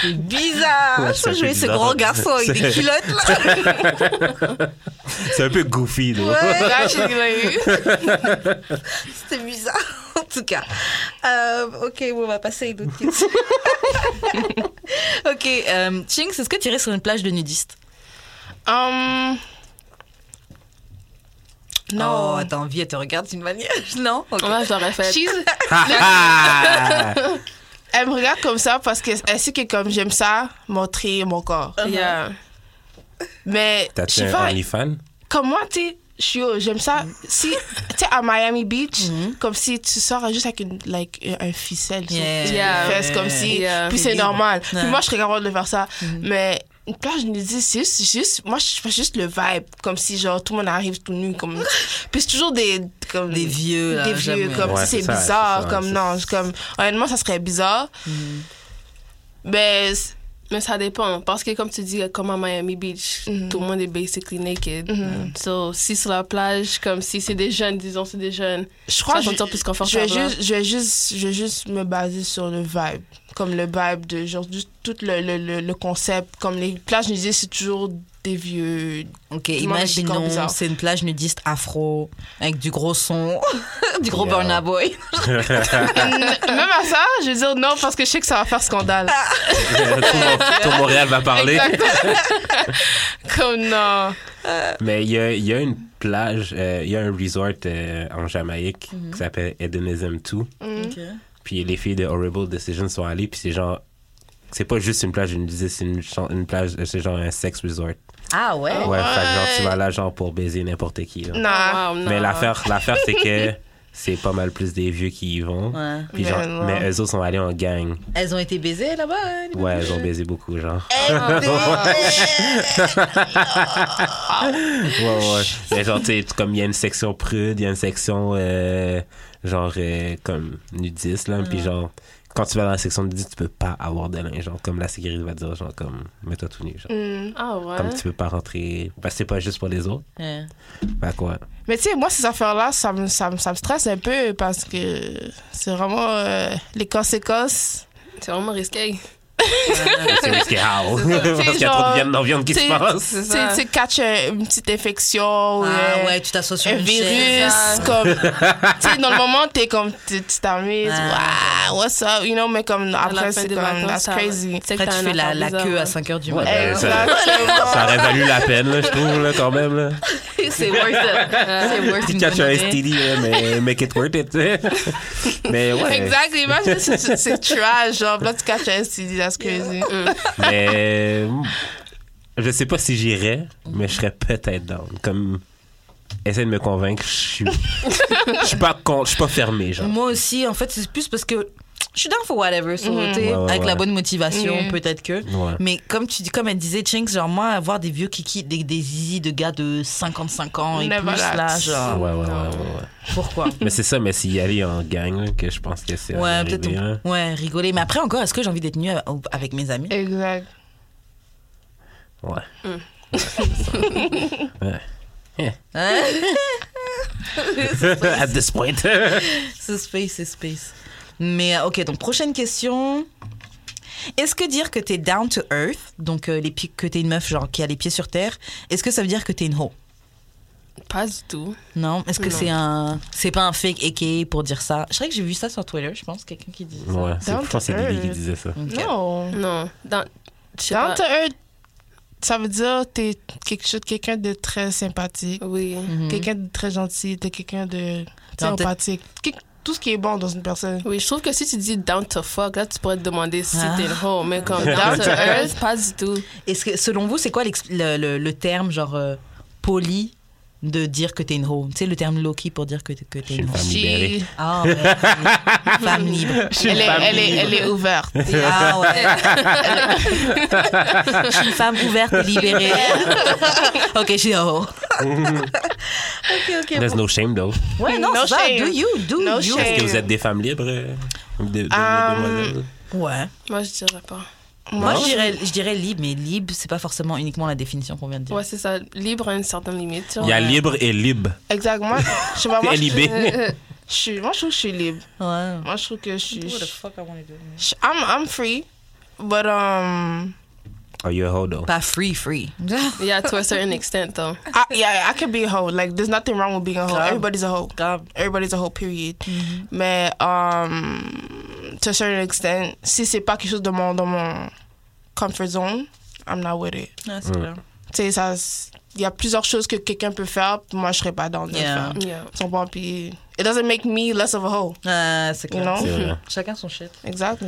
B: C'est bizarre.
C: Ouais,
B: Ça
C: c'est
B: jouer ce
C: bizarre.
B: grand garçon avec des
C: C'est-
B: culottes là.
C: C'est un peu goofy, là.
B: Ouais,
D: Là, je suis-
B: c'était bizarre. En tout cas. Euh, ok, bon, on va passer à une autre question. ok, euh, Chinks, est-ce que tu irais sur une plage de nudistes
D: Um,
B: Oh,
D: non.
B: t'as envie, elle Oh, te regarde d'une manière. Non Ok.
E: Moi, je l'aurais fait.
D: She's-
C: Ah, ah.
D: elle me regarde comme ça parce que elle sait que comme j'aime ça, montrer mon corps.
B: Uh-huh.
E: Yeah.
D: Mais
C: T'as
D: je
C: tu
D: sais
C: un
D: pas,
C: OnlyFans?
D: comment tu sais, je suis au- j'aime ça.
B: Mm.
D: Si, tu sais, à Miami Beach,
B: Mm-hmm.
D: comme si tu sors juste avec une, like, euh, un ficelle sur
B: Yeah.
D: sur
E: Yeah.
D: les fesses, comme si,
E: Yeah.
D: puis c'est
B: Yeah.
D: normal.
B: Ouais. Mm-hmm.
D: Puis moi, je serais capable de faire ça. Mais une plage je me dis, c'est juste, c'est juste, moi, je fais juste le vibe, comme si, genre, tout le monde arrive tout nu, comme, puis c'est toujours des, comme,
B: Des vieux, euh, là,
D: des vieux,
B: jamais.
D: comme
C: Ouais,
D: si c'est
C: c'est ça,
D: bizarre,
C: c'est ça,
D: comme
C: c'est
B: Mm-hmm.
D: Ben, non, c'est comme honnêtement ça serait bizarre. Mais c-
E: Mais ça dépend, parce que comme tu dis, comme à Miami Beach,
D: Mm-hmm.
E: tout le monde est basically naked.
B: Mm-hmm.
E: So, si sur la plage, comme si c'est des jeunes, disons, c'est des jeunes,
D: Je crois
E: ça
D: que
E: te sent plus
D: je vais,
E: confortable. hein.
D: juste, je, vais juste, je vais juste me baser sur le vibe. Comme le vibe de genre, juste tout le, le, le, le concept. Comme les plages nudistes, c'est toujours des vieux.
B: Ok,
D: le monde avec des corps
B: imaginons,
D: bizarres.
B: c'est une plage nudiste afro, avec du gros son, du gros
C: Yeah.
B: Burna Boy.
D: Même à ça, je vais dire non parce que je sais que ça va faire scandale.
C: tout, Mon- tout Montréal va parler.
D: Comme non.
C: Mais il y a, il y a une plage, euh, il y a un resort euh, en Jamaïque
B: Mhm.
C: qui s'appelle Hedonism 2. Puis les filles de Horrible Decision sont allées, puis c'est genre. C'est pas juste une plage, une, c'est une, chan- une plage, c'est genre un sex resort.
B: Ah ouais?
C: Ouais, fait que genre, tu vas là, genre, pour baiser n'importe qui. là.
D: Non.
E: Oh, Wow, non.
C: Mais l'affaire, l'affaire, c'est que c'est pas mal plus des vieux qui y vont.
B: Ouais.
C: Puis
D: Mais
C: genre,
D: non.
C: mais eux autres sont allés en gang.
B: Elles ont été baisées là-bas? hein, les
C: Ouais,
B: babouches?
C: ils ont baisé beaucoup, genre.
D: Eh,
C: Ouais, ouais. Mais genre, tu sais, comme il y a une section prude, il y a une section, euh, genre, euh, comme nudiste, là. Puis genre, quand tu vas dans la section nudiste, tu peux pas avoir de linge. Genre, comme la sécurité va dire, genre, comme, mets-toi tout nu, genre.
D: Mm.
E: Ah ouais.
C: Comme tu peux pas rentrer. Bah, c'est pas juste pour les autres.
B: Ouais.
C: Fait quoi.
D: Mais tu sais, moi, ces affaires-là, ça me, ça, me, ça me stresse un peu parce que c'est vraiment euh, les conséquences.
E: C'est vraiment risqué.
C: C'est risqué, how? Parce qu'il y a trop de
D: genre,
C: viande, non viande qui
D: Tu
C: se
D: sais,
C: passe.
D: tu sais, tu sais, catch un- une petite infection ou euh,
B: Ah
D: un-
B: ouais, tu t'associes sur
D: un
B: une chaise.
D: virus. Comme, tu sais, dans le moment, t'es comme, tu tu t'amuses,
B: Ah.
D: wow, what's up, you know, mais comme
E: À la
D: après,
E: fin
D: c'est
E: des
D: comme,
E: vacances,
D: that's
E: ça-
D: crazy.
E: tu sais que
B: Après,
E: t'as
B: tu
E: un
B: fais la, la
E: affaire
B: queue à
E: bizarre.
B: 5 h du
C: Ouais,
B: matin.
C: ben, ça, ça aurait valu la peine, là, je trouve, là, quand même. Là.
B: c'est worth it.
E: Euh,
B: C'est worth
C: Tu
B: une
C: catches
B: bonne
C: un
B: idée.
C: STD, là, mais make it worth it. tu sais. mais ouais.
D: Exact, imagine si tu- c'est trash, genre, là, tu catch un STD, that's crazy.
E: Euh.
C: Mais mm, je sais pas si j'irais, mais je serais peut-être down. Comme essaye de me convaincre, je suis je suis pas con- je suis pas fermé genre.
B: Moi aussi, en fait, c'est plus parce que je suis down for whatever. so, t'sais,
C: Ouais, ouais,
B: avec
C: ouais.
B: la bonne motivation,
D: Mhm.
B: peut-être que.
C: Ouais.
B: Mais comme tu dis, comme elle disait, Chinks, genre moi, avoir des vieux kiki, des, des zizi de gars de 55 ans et
D: Never
B: plus,
D: that.
B: là,
C: Ouais,
B: genre,
C: Ah, ouais, ouais, ouais, ouais.
B: pourquoi
C: Mais c'est ça, mais s'il y allait en gang, là, que je pense que c'est
B: Ouais,
C: arrivé, hein.
B: peut-être.
C: là.
B: on- Ouais, rigoler. Mais après, encore, est-ce que j'ai envie d'être nue euh, avec mes amis
D: Exact.
C: Ouais.
B: Hein
C: At this point.
B: C'est space, c'est space. Mais euh, ok, donc prochaine question. Est-ce que dire que t'es down to earth, donc euh, les pieds, que t'es une meuf genre qui a les pieds sur terre, est-ce que ça veut dire que t'es une hoe
E: Pas du tout.
B: Non, est-ce que
E: Non.
B: c'est un, c'est pas un fake aka pour dire ça Je sais que j'ai vu ça sur Twitter, je pense, quelqu'un qui disait ça.
C: ouais, c'est- je pense que c'est Lily qui disait ça.
B: Ok.
D: Non.
E: Non. Dans, je sais
D: Down
E: pas.
D: to earth, ça veut dire t'es quelque chose, quelqu'un de très sympathique,
E: Oui.
D: quelqu'un de très gentil, t'es quelqu'un de t'es
B: Down to-
D: empathique, Quelque- tout ce qui est bon dans une personne.
E: Oui, je trouve que si tu dis down to fuck, là, tu pourrais te demander si
B: Ah.
E: t'es une hoe, mais comme
D: Oh, Down
E: down
D: to
E: to earth, pas du tout.
B: Est-ce que selon vous, c'est quoi l'ex- le, le- le terme genre euh, poli de dire que t'es une hoe Tu sais le terme Loki pour dire que, t'es- que
C: Je
B: t'es
C: suis
B: une
C: une
B: hoe.
C: femme libérée.
B: Ah, ouais. femme libre.
D: She- elle, est, elle, est, elle est ouverte.
B: Ah ouais. je suis une femme ouverte et libérée. ok, je suis en haut. ok, ok.
C: There's no shame though.
B: Ouais, non,
D: No
B: c'est ça.
D: shame.
B: Do you, do
D: No
B: you.
D: shame.
C: Est-ce que vous êtes des femmes libres euh, des- des-
D: Um,
C: demoiselles?
B: Ouais.
E: Moi, je dirais pas.
B: Moi,
D: Non.
B: je dirais, je dirais libre, mais libre, c'est pas forcément uniquement la définition qu'on vient de dire.
E: Ouais, c'est ça. Libre à une certaine limite. genre.
C: Il y a libre et libre.
D: Exactement. Je sais pas, moi, je, euh,
C: LIB.
D: je suis, moi, je trouve que je suis libre.
B: Ouais.
D: Moi, je trouve que je suis.
B: What the
D: je-
B: fuck I wanna do?
D: je- I'm, I'm free, but um,
C: Are you a hoe though?
B: Pas free, free.
E: Yeah, to a certain extent, hein. though.
D: I, yeah, I can be a hoe. Like, there's nothing wrong with being a hoe.
B: Grave.
D: Everybody's a hoe.
B: Grave.
D: Everybody's a hoe, period.
E: Mm-hmm.
D: Mais, um, to a certain extent, si c'est pas quelque chose de mon, dans mon comfort zone, I'm not with it.
B: Ouais, Ah,
C: Mm.
B: c'est clair.
D: Tu sais, ça, s- il y a plusieurs choses que quelqu'un peut faire, puis moi, je serais pas dans de le
B: Yeah.
D: faire.
E: Yeah.
D: Ils sont bons, puis it doesn't make me less of a hoe.
B: Ouais, Ah, c'est
D: You
B: clair.
D: know?
C: C'est vrai.
B: Chacun son shit.
D: Exactly.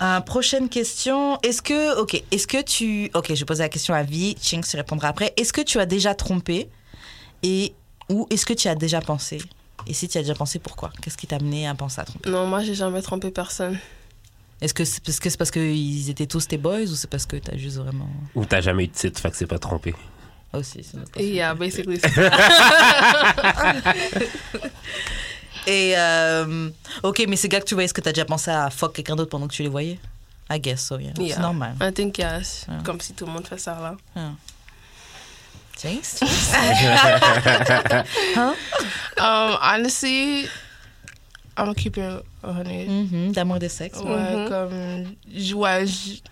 B: Euh, prochaine question. Est-ce que, ok, est-ce que tu, ok, je vais poser la question à Vi, Ching se répondra après. Est-ce que tu as déjà trompé et ou est-ce que tu as déjà pensé Et si tu as déjà pensé, pourquoi Qu'est-ce qui t'a amené à penser à tromper
E: Non, moi, j'ai jamais trompé personne.
B: Est-ce que c'est parce que c'est parce qu'ils étaient tous tes boys ou c'est parce que t'as juste vraiment ah,
C: Ou t'as jamais eu de titre, fait que c'est pas trompé.
B: aussi c'est notre question.
E: Yeah, basically. c'est ça.
B: Et euh, ok, mais ces gars que tu vois, est-ce que t'as déjà pensé à fuck quelqu'un d'autre pendant que tu les voyais I guess so, yeah.
E: Yeah.
B: C'est normal.
E: I think, yes.
B: Yeah.
E: Comme si tout le monde fait ça, là.
B: Thanks.
D: Um, honestly, I'm gonna keep it 100.
B: Mhm, D'amour de sexe.
D: Ouais, comme. j- Ouais, j-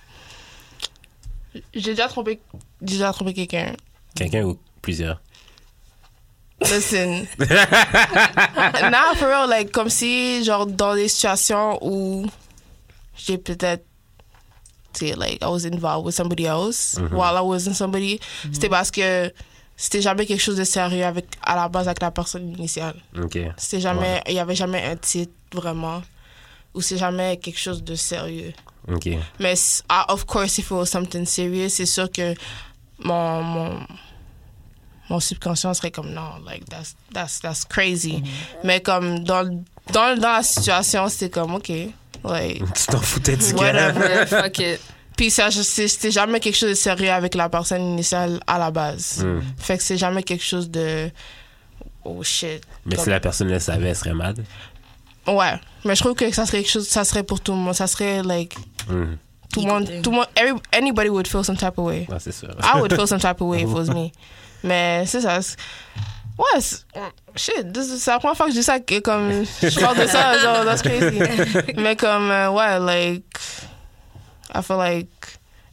D: j'ai déjà trompé, j'ai déjà trompé quelqu'un.
C: Quelqu'un ou plusieurs.
D: Listen. Now, for real, like, comme si, genre, dans des situations où j'ai peut-être, tu sais, like, I was involved with somebody else while I was in somebody, c'était parce que c'était jamais quelque chose de sérieux avec, à la base avec la personne initiale.
C: OK.
D: C'était jamais, il y avait jamais un titre vraiment, ou c'est jamais quelque chose de sérieux.
C: OK.
D: Mais, s- ah, of course, if it was something serious, c'est sûr que mon, mon, mon subconscient serait comme non, like, that's, that's, that's crazy.
C: Mm-hmm.
D: Mais comme dans, le- dans, le- dans la situation, c'était comme OK, like,
C: Tu t'en foutais du gars.
D: whatever.
E: Fuck it.
C: Mm-hmm.
D: Puis ça, je- c'est- c'était jamais quelque chose de sérieux avec la personne initiale à la base.
C: Mm.
D: Fait que c'est jamais quelque chose de. Oh shit.
C: Mais si
D: Comme-
C: la personne le savait, elle serait mad.
D: Ouais. Mais je trouve que ça serait quelque chose, ça serait pour tout le monde. Ça serait, like,
C: Hum.
D: tout le monde, tout le monde, every- anybody would feel some type of way.
C: Ouais, c'est sûr.
D: I would feel some type of way if it was me. Mais c'est ça. c'est- Ouais, c'est- shit, this is- c'est la première fois que je dis ça, que comme je parle de ça, genre, that's crazy. Mais comme, euh, ouais, like, I feel like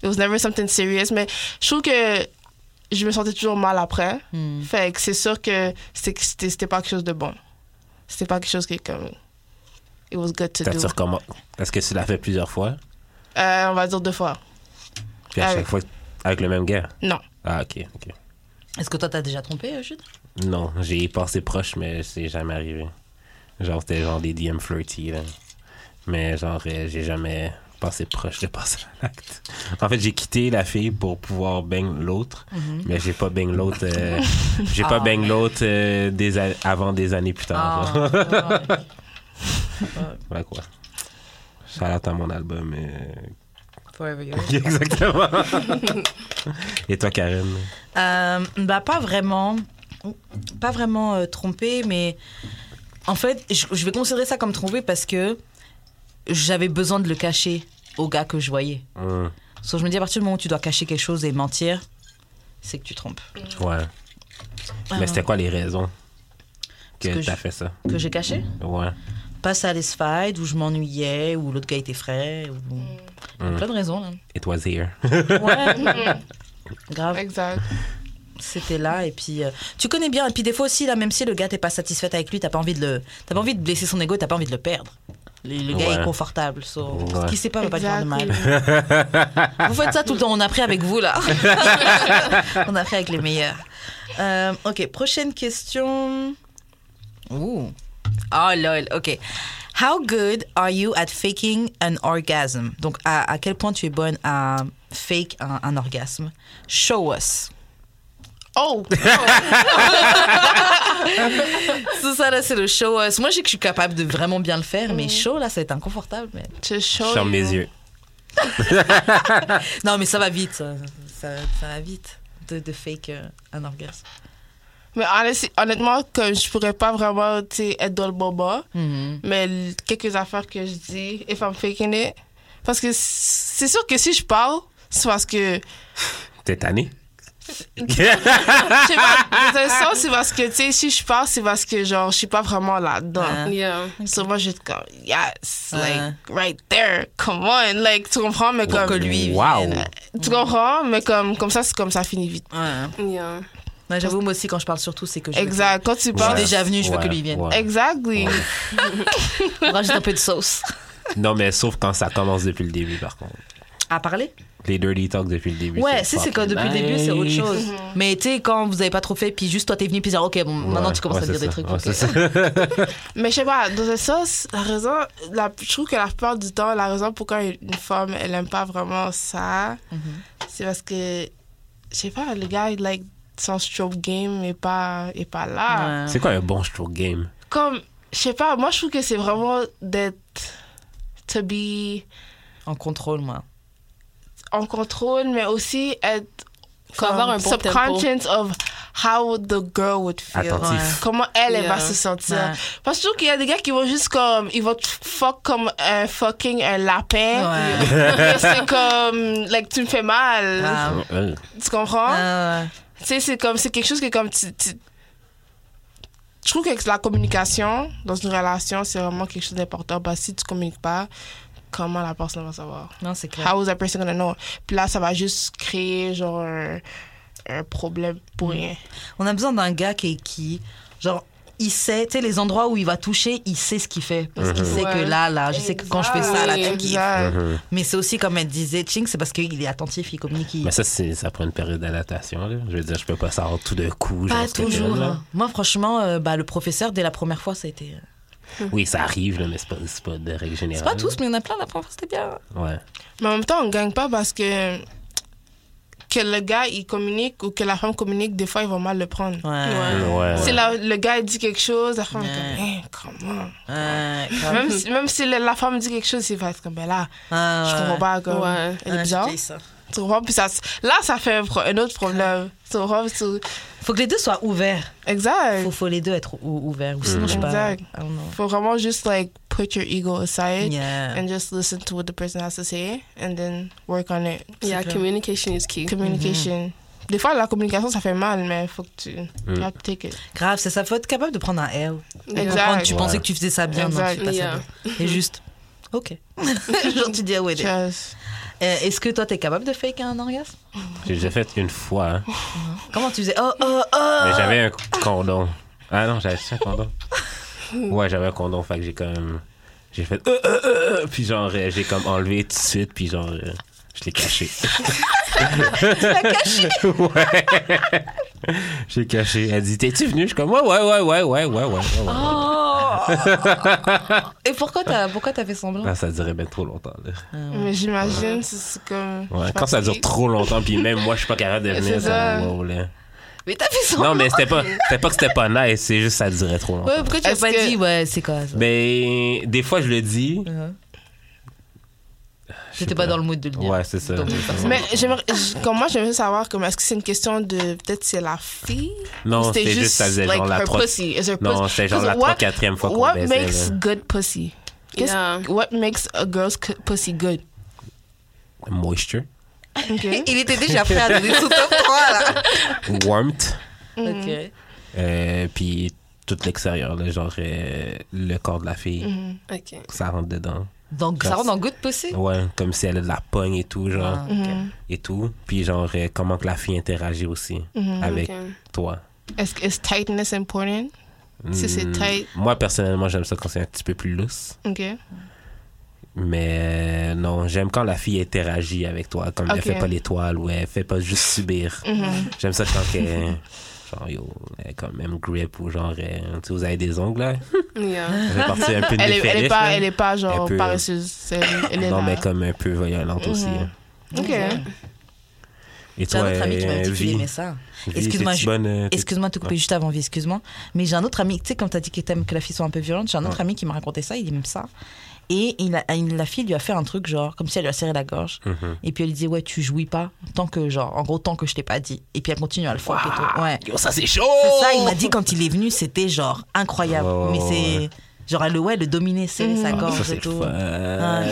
D: it was never something serious. Mais je trouve que je me sentais toujours mal après.
B: Mm.
D: Fait que c'est sûr que c'était- c'était c'était pas quelque chose de bon. C'était pas quelque chose qui est comme, it was good to
C: T'as-
D: do.
C: tu recommen- Est-ce que tu l'as fait plusieurs fois?
D: Euh, on va dire deux fois.
C: Puis à
D: Ah
C: chaque
D: oui.
C: fois, avec le même gars?
D: Non.
C: Ah, OK. OK.
B: Est-ce que toi, t'as déjà trompé, euh, Jude?
C: Non, j'ai passé proche, mais c'est jamais arrivé. Genre, c'était genre des DM flirty, là. Mais genre, euh, j'ai jamais passé proche de passer à l'acte. En fait, j'ai quitté la fille pour pouvoir bang l'autre, mais j'ai pas bang l'autre... euh, j'ai pas
B: Mm-hmm. Ah.
C: bang l'autre euh, des a- avant des années plus tard. genre.
B: Ah, ouais.
C: Ouais, quoi. Shout-out à mon album. euh,
B: Forever yours.
C: Exactement. Et toi, Karen?
B: Euh, bah pas vraiment, pas vraiment euh, trompé, mais en fait, je, je vais considérer ça comme trompé parce que j'avais besoin de le cacher au gars que je voyais.
C: Hum,
B: So, je me dis à partir du moment où tu dois cacher quelque chose et mentir, c'est que tu trompes.
C: Ouais. Mais c'était quoi les raisons
B: Ah. Parce
C: que
B: que
C: t'as
B: je-
C: fait ça?
B: Que j'ai caché
C: Ouais.
B: Pas satisfied, ou je m'ennuyais, ou l'autre gars était frais, ou Il y a
C: Mm.
B: plein de raisons hein. là.
C: It was here.
B: Ouais. Grave.
D: Exact.
B: c'était là et puis euh, tu connais bien et puis des fois aussi là même si le gars t'es pas satisfaite avec lui t'as pas envie de le t'as pas envie de blesser son ego t'as pas envie de le perdre le, le gars
C: Ouais.
B: est confortable so,
C: Ouais.
B: ce qui sait pas va pas te faire de mal
D: Exactly.
B: vous faites ça tout le temps on a pris avec vous là on a pris avec les meilleurs Euh, ok prochaine question Ouh. oh lol ok how good are you at faking an orgasm donc à, à quel point tu es bonne à fake un, un orgasme show us
D: Oh!
B: Tout ça, là, c'est le show. us. Moi, je sais que je suis capable de vraiment bien le faire, mais show, là, ça va être inconfortable. Mais...
D: To
C: Je
D: show
C: ferme mes
D: you.
C: yeux.
B: Non, mais ça va vite. Ça, ça, ça va vite de, de fake euh, un orgasme.
D: Mais honest- honnêtement, comme je pourrais pas vraiment tu sais, être dans le boba,
B: Mm. Mhm.
D: mais l- quelques affaires que je dis, if I'm faking it, parce que c- c'est sûr que si je parle, c'est parce que,
C: T'es tanné?
D: je sais pas, dans un sens, c'est parce que, tu sais, si je parle, c'est parce que, genre, je suis pas vraiment là-dedans.
B: Ah.
E: Yeah.
D: So, moi, je suis comme, yes,
B: Ah.
D: like, right there, come on, like, tu comprends, mais comme,
B: que lui
C: Wow!
B: vienne.
D: tu comprends, mais comme, comme ça, c'est comme ça finit vite.
B: Ouais. hein.
E: Yeah.
B: Ouais, J'avoue, moi aussi, quand je parle surtout, c'est que je. veux
D: Exact, quand
B: que-
D: tu
B: Je suis
D: parles,
C: Ouais.
B: déjà venue, je veux que lui vienne.
C: ouais.
D: exactly.
B: On Rajoute un peu de sauce.
C: Non, mais sauf quand ça commence depuis le début, par contre.
B: À parler
C: Les dirty talks depuis le début.
B: Ouais, si, c'est quand depuis le début, c'est autre chose. Mais tu sais, quand vous avez pas trop fait, puis juste toi, t'es venu, puis genre, ok, bon, maintenant, tu commences à dire des trucs. ok.
D: Mais je sais pas, dans un sens, la raison, la, je trouve que la plupart du temps, la raison pourquoi une femme, elle aime pas vraiment ça, c'est parce que, je sais pas, le gars, like, son stroke game est pas, est pas là.
B: Ouais.
C: C'est quoi un bon stroke game?
D: Comme, je sais pas, moi, je trouve que c'est vraiment d'être, to be
B: En contrôle, moi.
D: en contrôle, mais aussi être,
E: Faut avoir un bon tempo.
D: subconscious of how the girl would feel.
C: Attentif.
B: Ouais.
D: Comment elle, elle va
E: Yeah.
D: se sentir.
B: Ouais.
D: Parce que je trouve qu'il y a des gars qui vont juste comme, ils vont te fuck comme un fucking un lapin. euh,
B: Ouais.
D: c'est comme, like, tu me fais mal.
B: Ah,
C: Euh,
D: Tu comprends?
B: ah, ouais.
D: Tu sais, c'est comme, c'est quelque chose que comme tu, tu- Je trouve que la communication dans une relation, c'est vraiment quelque chose d'important. Parce que si tu communiques pas, comment la personne va savoir?
B: Non, c'est clair.
D: How is that person gonna know? Puis là, ça va juste créer, genre, un, un problème
B: Mm.
D: pour rien.
B: On a besoin d'un gars qui est qui, genre, il sait, tu sais, les endroits où il va toucher, il sait ce qu'il fait. Parce qu'il sait que
D: Mhm. Ouais.
B: là, là, je sais que quand je fais ça, là,
D: Oui,
B: tu kiffes.
D: exact.
C: euh.
B: Mais c'est aussi comme elle disait, Ching, c'est parce qu'il est attentif, il communique. il-
C: Mais ça, c'est- ça prend une période d'adaptation. là. Je veux dire, je peux pas savoir tout d'un coup. genre,
E: Pas
C: ce que j'aime,
E: toujours,
C: là.
E: hein.
B: Moi, franchement, euh, bah, le professeur, dès la première fois, ça a été.
C: Oui, ça arrive, là, mais c'est pas, c'est pas de règle
B: hein.
C: générale.
D: Ah
B: C'est pas tous, mais il y en a plein, la première fois, c'était bien.
C: Ouais.
D: Mais en même temps, on gagne pas parce que que le gars, il communique ou que la femme communique, des fois, ils vont mal le prendre.
B: Ouais.
C: Ouais. ouais.
D: Si la- le gars il dit quelque chose, la femme est
B: Ouais.
D: comme, Hein, comment?
B: Ouais, grave.
D: Même si, même si le- la femme dit quelque chose, il va être comme, ben là,
B: Ah,
D: je comprends
B: ouais.
D: pas, comme,
E: Ouais.
D: elle est
B: Ouais,
D: bizarre.
B: j'étais ça.
D: Tu comprends? Puis ça, là, ça fait un, pro- un autre problème. Tu comprends? Tu-
B: Faut que les deux soient ouverts.
D: Exact.
B: Faut, faut les deux être ou- ouverts. Ou sinon, je sais pas.
D: Exact.
B: I don't know.
D: Faut vraiment juste, like, put your ego aside
B: Yeah.
D: and just listen to what the person has to say and then work on it. Mm-hmm.
E: Yeah,
B: clair.
E: communication is key.
D: Communication. Des fois, la communication, ça fait mal, mais faut que tu...
C: Mm.
D: You have to take it.
B: Grave, c'est ça. Faut être capable de prendre un L. Et
D: Exact. hein.
B: comprendre, tu
C: Ouais.
B: pensais que tu faisais ça bien, non, tu fais pas
E: Yeah.
B: ça bien. Et juste, ok. Genre, tu dis, ah ouais. Euh,
D: Just-
B: Est-ce que toi, t'es capable de fake un orgasme
C: J'ai déjà fait une fois, hein.
B: Comment tu faisais Oh, oh, oh
C: mais j'avais un condom. Ah non, j'avais un condom. Ouais, j'avais un condom, fait que j'ai comme. J'ai fait. Euh, euh, euh, euh, puis genre, euh, j'ai comme enlevé tout de suite, puis genre, euh, je l'ai caché. caché Ouais. J'ai caché. Elle dit T'es-tu venu Je suis comme Ouais, ouais, ouais, ouais, ouais, ouais, ouais. ouais, ouais.
B: Et pourquoi t'as pourquoi t'as fait semblant
C: Là, Ah, ça durait bien trop longtemps. là.
D: Mais j'imagine, c'est- c'est comme...
C: Ouais, quand ça dure trop longtemps, puis même moi, je suis pas capable de venir,
D: C'est
C: ça.
D: ça.
C: wow, là.
B: Mais t'as fait semblant
C: Non, mais c'était pas, c'était pas que c'était pas nice, c'est juste que ça durait trop longtemps.
B: Ouais, Pourquoi tu as
D: Est-ce
B: pas
D: que-
B: dit, ouais, c'est quoi ça
C: Ben, des fois, je le dis.
B: Uh-huh.
C: Je sais
B: J'étais pas dans le mood de le dire.
C: Ouais, c'est ça.
B: Donc, forcément.
D: Mais j'aimerais, j- comme moi, j'aimerais savoir, comme, est-ce que c'est une question de, peut-être c'est la fille?
C: Non,
D: Ou
C: c'était juste, ça faisait genre
D: like,
C: la
D: her
C: trois-
D: pussy. Is her
C: Non,
D: pussy-
C: c'était genre
D: Because
C: la
D: what-
C: trois, quatrième fois qu'on
D: What
C: baisait,
D: makes
C: là.
D: good pussy? Qu'est-ce-
E: Yeah.
D: What makes a girl's cu- pussy good?
C: Moisture,
D: Ok.
B: Il était déjà prêt à donner son top 3 là.
C: warmth,
D: Mm.
B: Ok.
C: euh, puis tout l'extérieur, là, genre euh, le corps de la fille,
E: Mm. Ok.
C: ça rentre dedans.
B: Donc ça rend en good pussy
C: Ouais, comme si elle a de la pogne et tout, genre, Mm-hmm.
B: Ah, ok.
C: et tout. Puis genre, euh, comment que la fille interagit aussi avec
E: Ok.
C: toi. Mm.
D: Est-ce que- Is tightness important? Si c'est tight.
C: Moi, personnellement, j'aime ça quand c'est un petit peu plus lousse.
D: Ok.
C: Mais euh, non, j'aime quand la fille interagit avec toi, comme elle
D: Ok. Mm-hmm.
C: fait pas l'étoile ou elle fait pas juste subir. J'aime ça quand qu'elle, genre, yo, elle est comme même grip ou genre, elle- tu sais, vous avez des ongles, là,
E: Yeah.
C: elle fait partie un peu de
D: Elle
C: mes
D: est, elle est
C: fétiches,
D: pas,
C: là.
D: elle est pas genre
C: Elle peut- Ah,
D: paresseuse. C'est- Elle est hein. Mm-hmm.
C: Non,
D: là.
C: mais comme un peu violente aussi. hein.
D: Ok.
C: Et
B: J'ai
C: toi,
B: un autre ami qui m'a
C: euh,
B: dit qu'il
C: vie,
B: aimait ça.
C: vie,
B: Excuse-moi,
C: t'es-tu
B: je-
C: bonne, euh, t'es-
B: Excuse-moi de te couper juste avant, vie, excuse-moi. Mais j'ai un autre ami, tu sais, comme tu as dit que t'aimes que la fille soit un peu violente, j'ai un autre ami qui m'a raconté ça, il aime ça. Et il a- il- la fille lui a fait un truc, genre, comme si elle lui a serré la gorge.
C: Mm-hmm.
B: Et puis elle lui dit, ouais, tu jouis pas, tant que, genre, en gros, tant que je t'ai pas dit. Et puis elle continue à le fuck et tout. Ouais.
C: Yo, ça c'est chaud!
B: C'est ça, il m'a dit quand il est venu, c'était genre incroyable.
C: Oh. Ouais, ouais,
B: Mais c'est.
C: ouais,
B: Genre, le, ouais, le dominer, serrer sa
C: Ah,
B: gorge
C: ça
B: et
C: c'est
B: tout.
C: fun.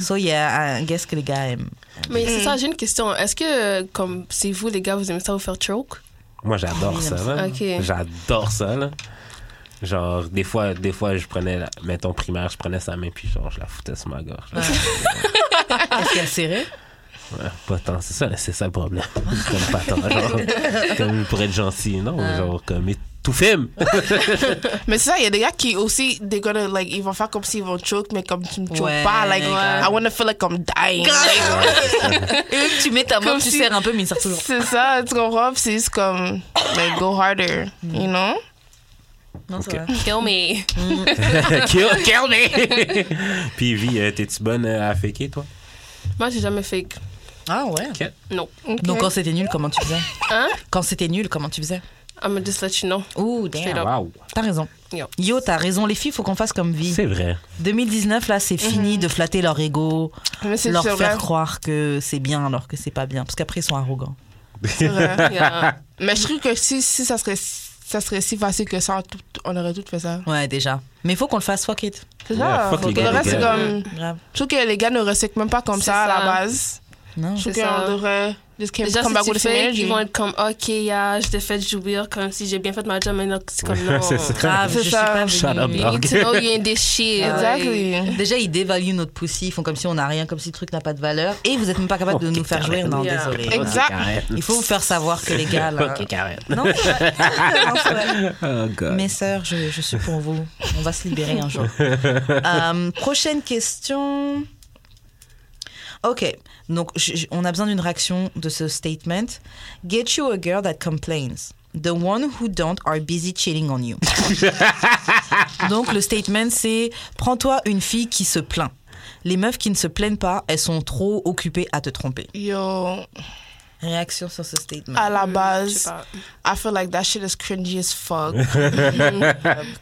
B: So, yeah, I guess que les gars aiment.
E: Mais c'est ça, j'ai une question. Est-ce que, euh, comme, si vous, les gars, vous aimez ça vous faire choke?
C: Moi, j'adore
D: Ah,
B: Oui,
C: ça.
B: j'aime
C: là.
E: Ok.
C: J'adore ça. Là. Genre, des fois, des fois, je prenais, la- mettons, primaire, je prenais sa main, puis genre, je la foutais sur ma gorge. là.
B: Est-ce qu'elle serrait
C: Ouais, pas tant. C'est ça, c'est ça le problème. comme pas tant. Genre, comme pour être gentil, non? Genre, comme, et tout film!
D: Mais c'est ça, il y a des gars qui aussi, they're gonna, like, ils vont faire comme s'ils vont choke, mais comme tu me choke
B: Ouais.
D: pas, like,
B: Ouais.
D: I wanna feel like I'm dying.
B: Et tu mets ta main,
D: Comme
B: tu
D: si-
B: serres un peu, mais il sert toujours.
D: C'est ça, tu comprends? Puis C'est juste comme, like, go harder,
E: Mm.
D: you know?
B: Non, c'est
C: Ok.
B: vrai.
E: Kill me.
C: kill, kill me! puis, Vi, euh, t'es-tu bonne euh, à faker, toi?
E: Moi, j'ai jamais fake.
B: Ah ouais.
E: Non.
B: Donc quand c'était nul, comment tu faisais
E: Hein?
B: Quand c'était nul, comment tu faisais
E: I'm gonna just let you know.
B: Ouh,
E: Straight
B: damn.
E: up.
C: Wow!
B: T'as raison.
E: Yo.
B: Yo, t'as raison. Les filles, faut qu'on fasse comme vie.
C: C'est vrai.
B: 2019, là, c'est fini de flatter leur ego,
D: Mais c'est
B: leur
D: c'est
B: faire
D: vrai.
B: croire que c'est bien alors que c'est pas bien. Parce qu'après, ils sont arrogants.
D: C'est vrai.
E: Yeah.
D: Mais je trouve que si, si ça, serait, ça serait si facile que ça, on, tout- on aurait tout fait ça.
B: Ouais, déjà. Mais il faut qu'on le fasse, fuck it.
D: C'est
C: Yeah,
D: ça.
C: fuck
D: Pour
C: les
D: Ah, le
C: gars, les
D: reste, c'est
C: gars.
D: comme.
B: Grave.
D: Je trouve que les gars ne recyclent même pas comme
E: Mm. C'est
D: ça, à
E: ça.
D: la base.
B: Non.
D: Je trouve
E: C'est ça.
D: qu'on devrait. Just came,
E: Déjà,
D: come back
E: si
D: with
E: tu
D: the same
E: fais,
D: energy.
E: ils vont être comme, OK, yeah, je t'ai fait jouir comme si j'ai bien fait ma job, mais non, c'est comme non.
C: C'est ça.
B: Grave, je
D: C'est
B: suis
D: ça.
B: pas
C: Shut up,
B: venue.
E: You need to know you ain't this shit.
D: Exactly.
B: Déjà, ils dévaluent notre pussy, ils font comme si on n'a rien, comme si le truc n'a pas de valeur. Et vous êtes même pas capable de
C: Ok,
B: nous faire jouer. Non,
E: Yeah.
B: désolé.
D: Exact.
B: Il faut vous faire savoir que les gars, là.
C: Ok, Karen.
B: Non, c'est vrai. Non, c'est vrai.
C: Oh, God.
B: Mes sœurs, je, je suis pour vous. On va se libérer un jour. Euh, prochaine question. Ok, donc je- je- on a besoin d'une réaction de ce statement. Get you a girl that complains. The one who don't are busy cheating on you. donc le statement c'est prends-toi une fille qui se plaint. Les meufs qui ne se plaignent pas, elles sont trop occupées à te tromper.
D: Yo,
B: Réaction sur ce statement.
D: à la
E: Je sais
D: base,
E: pas.
D: I feel like that shit is cringy as fuck.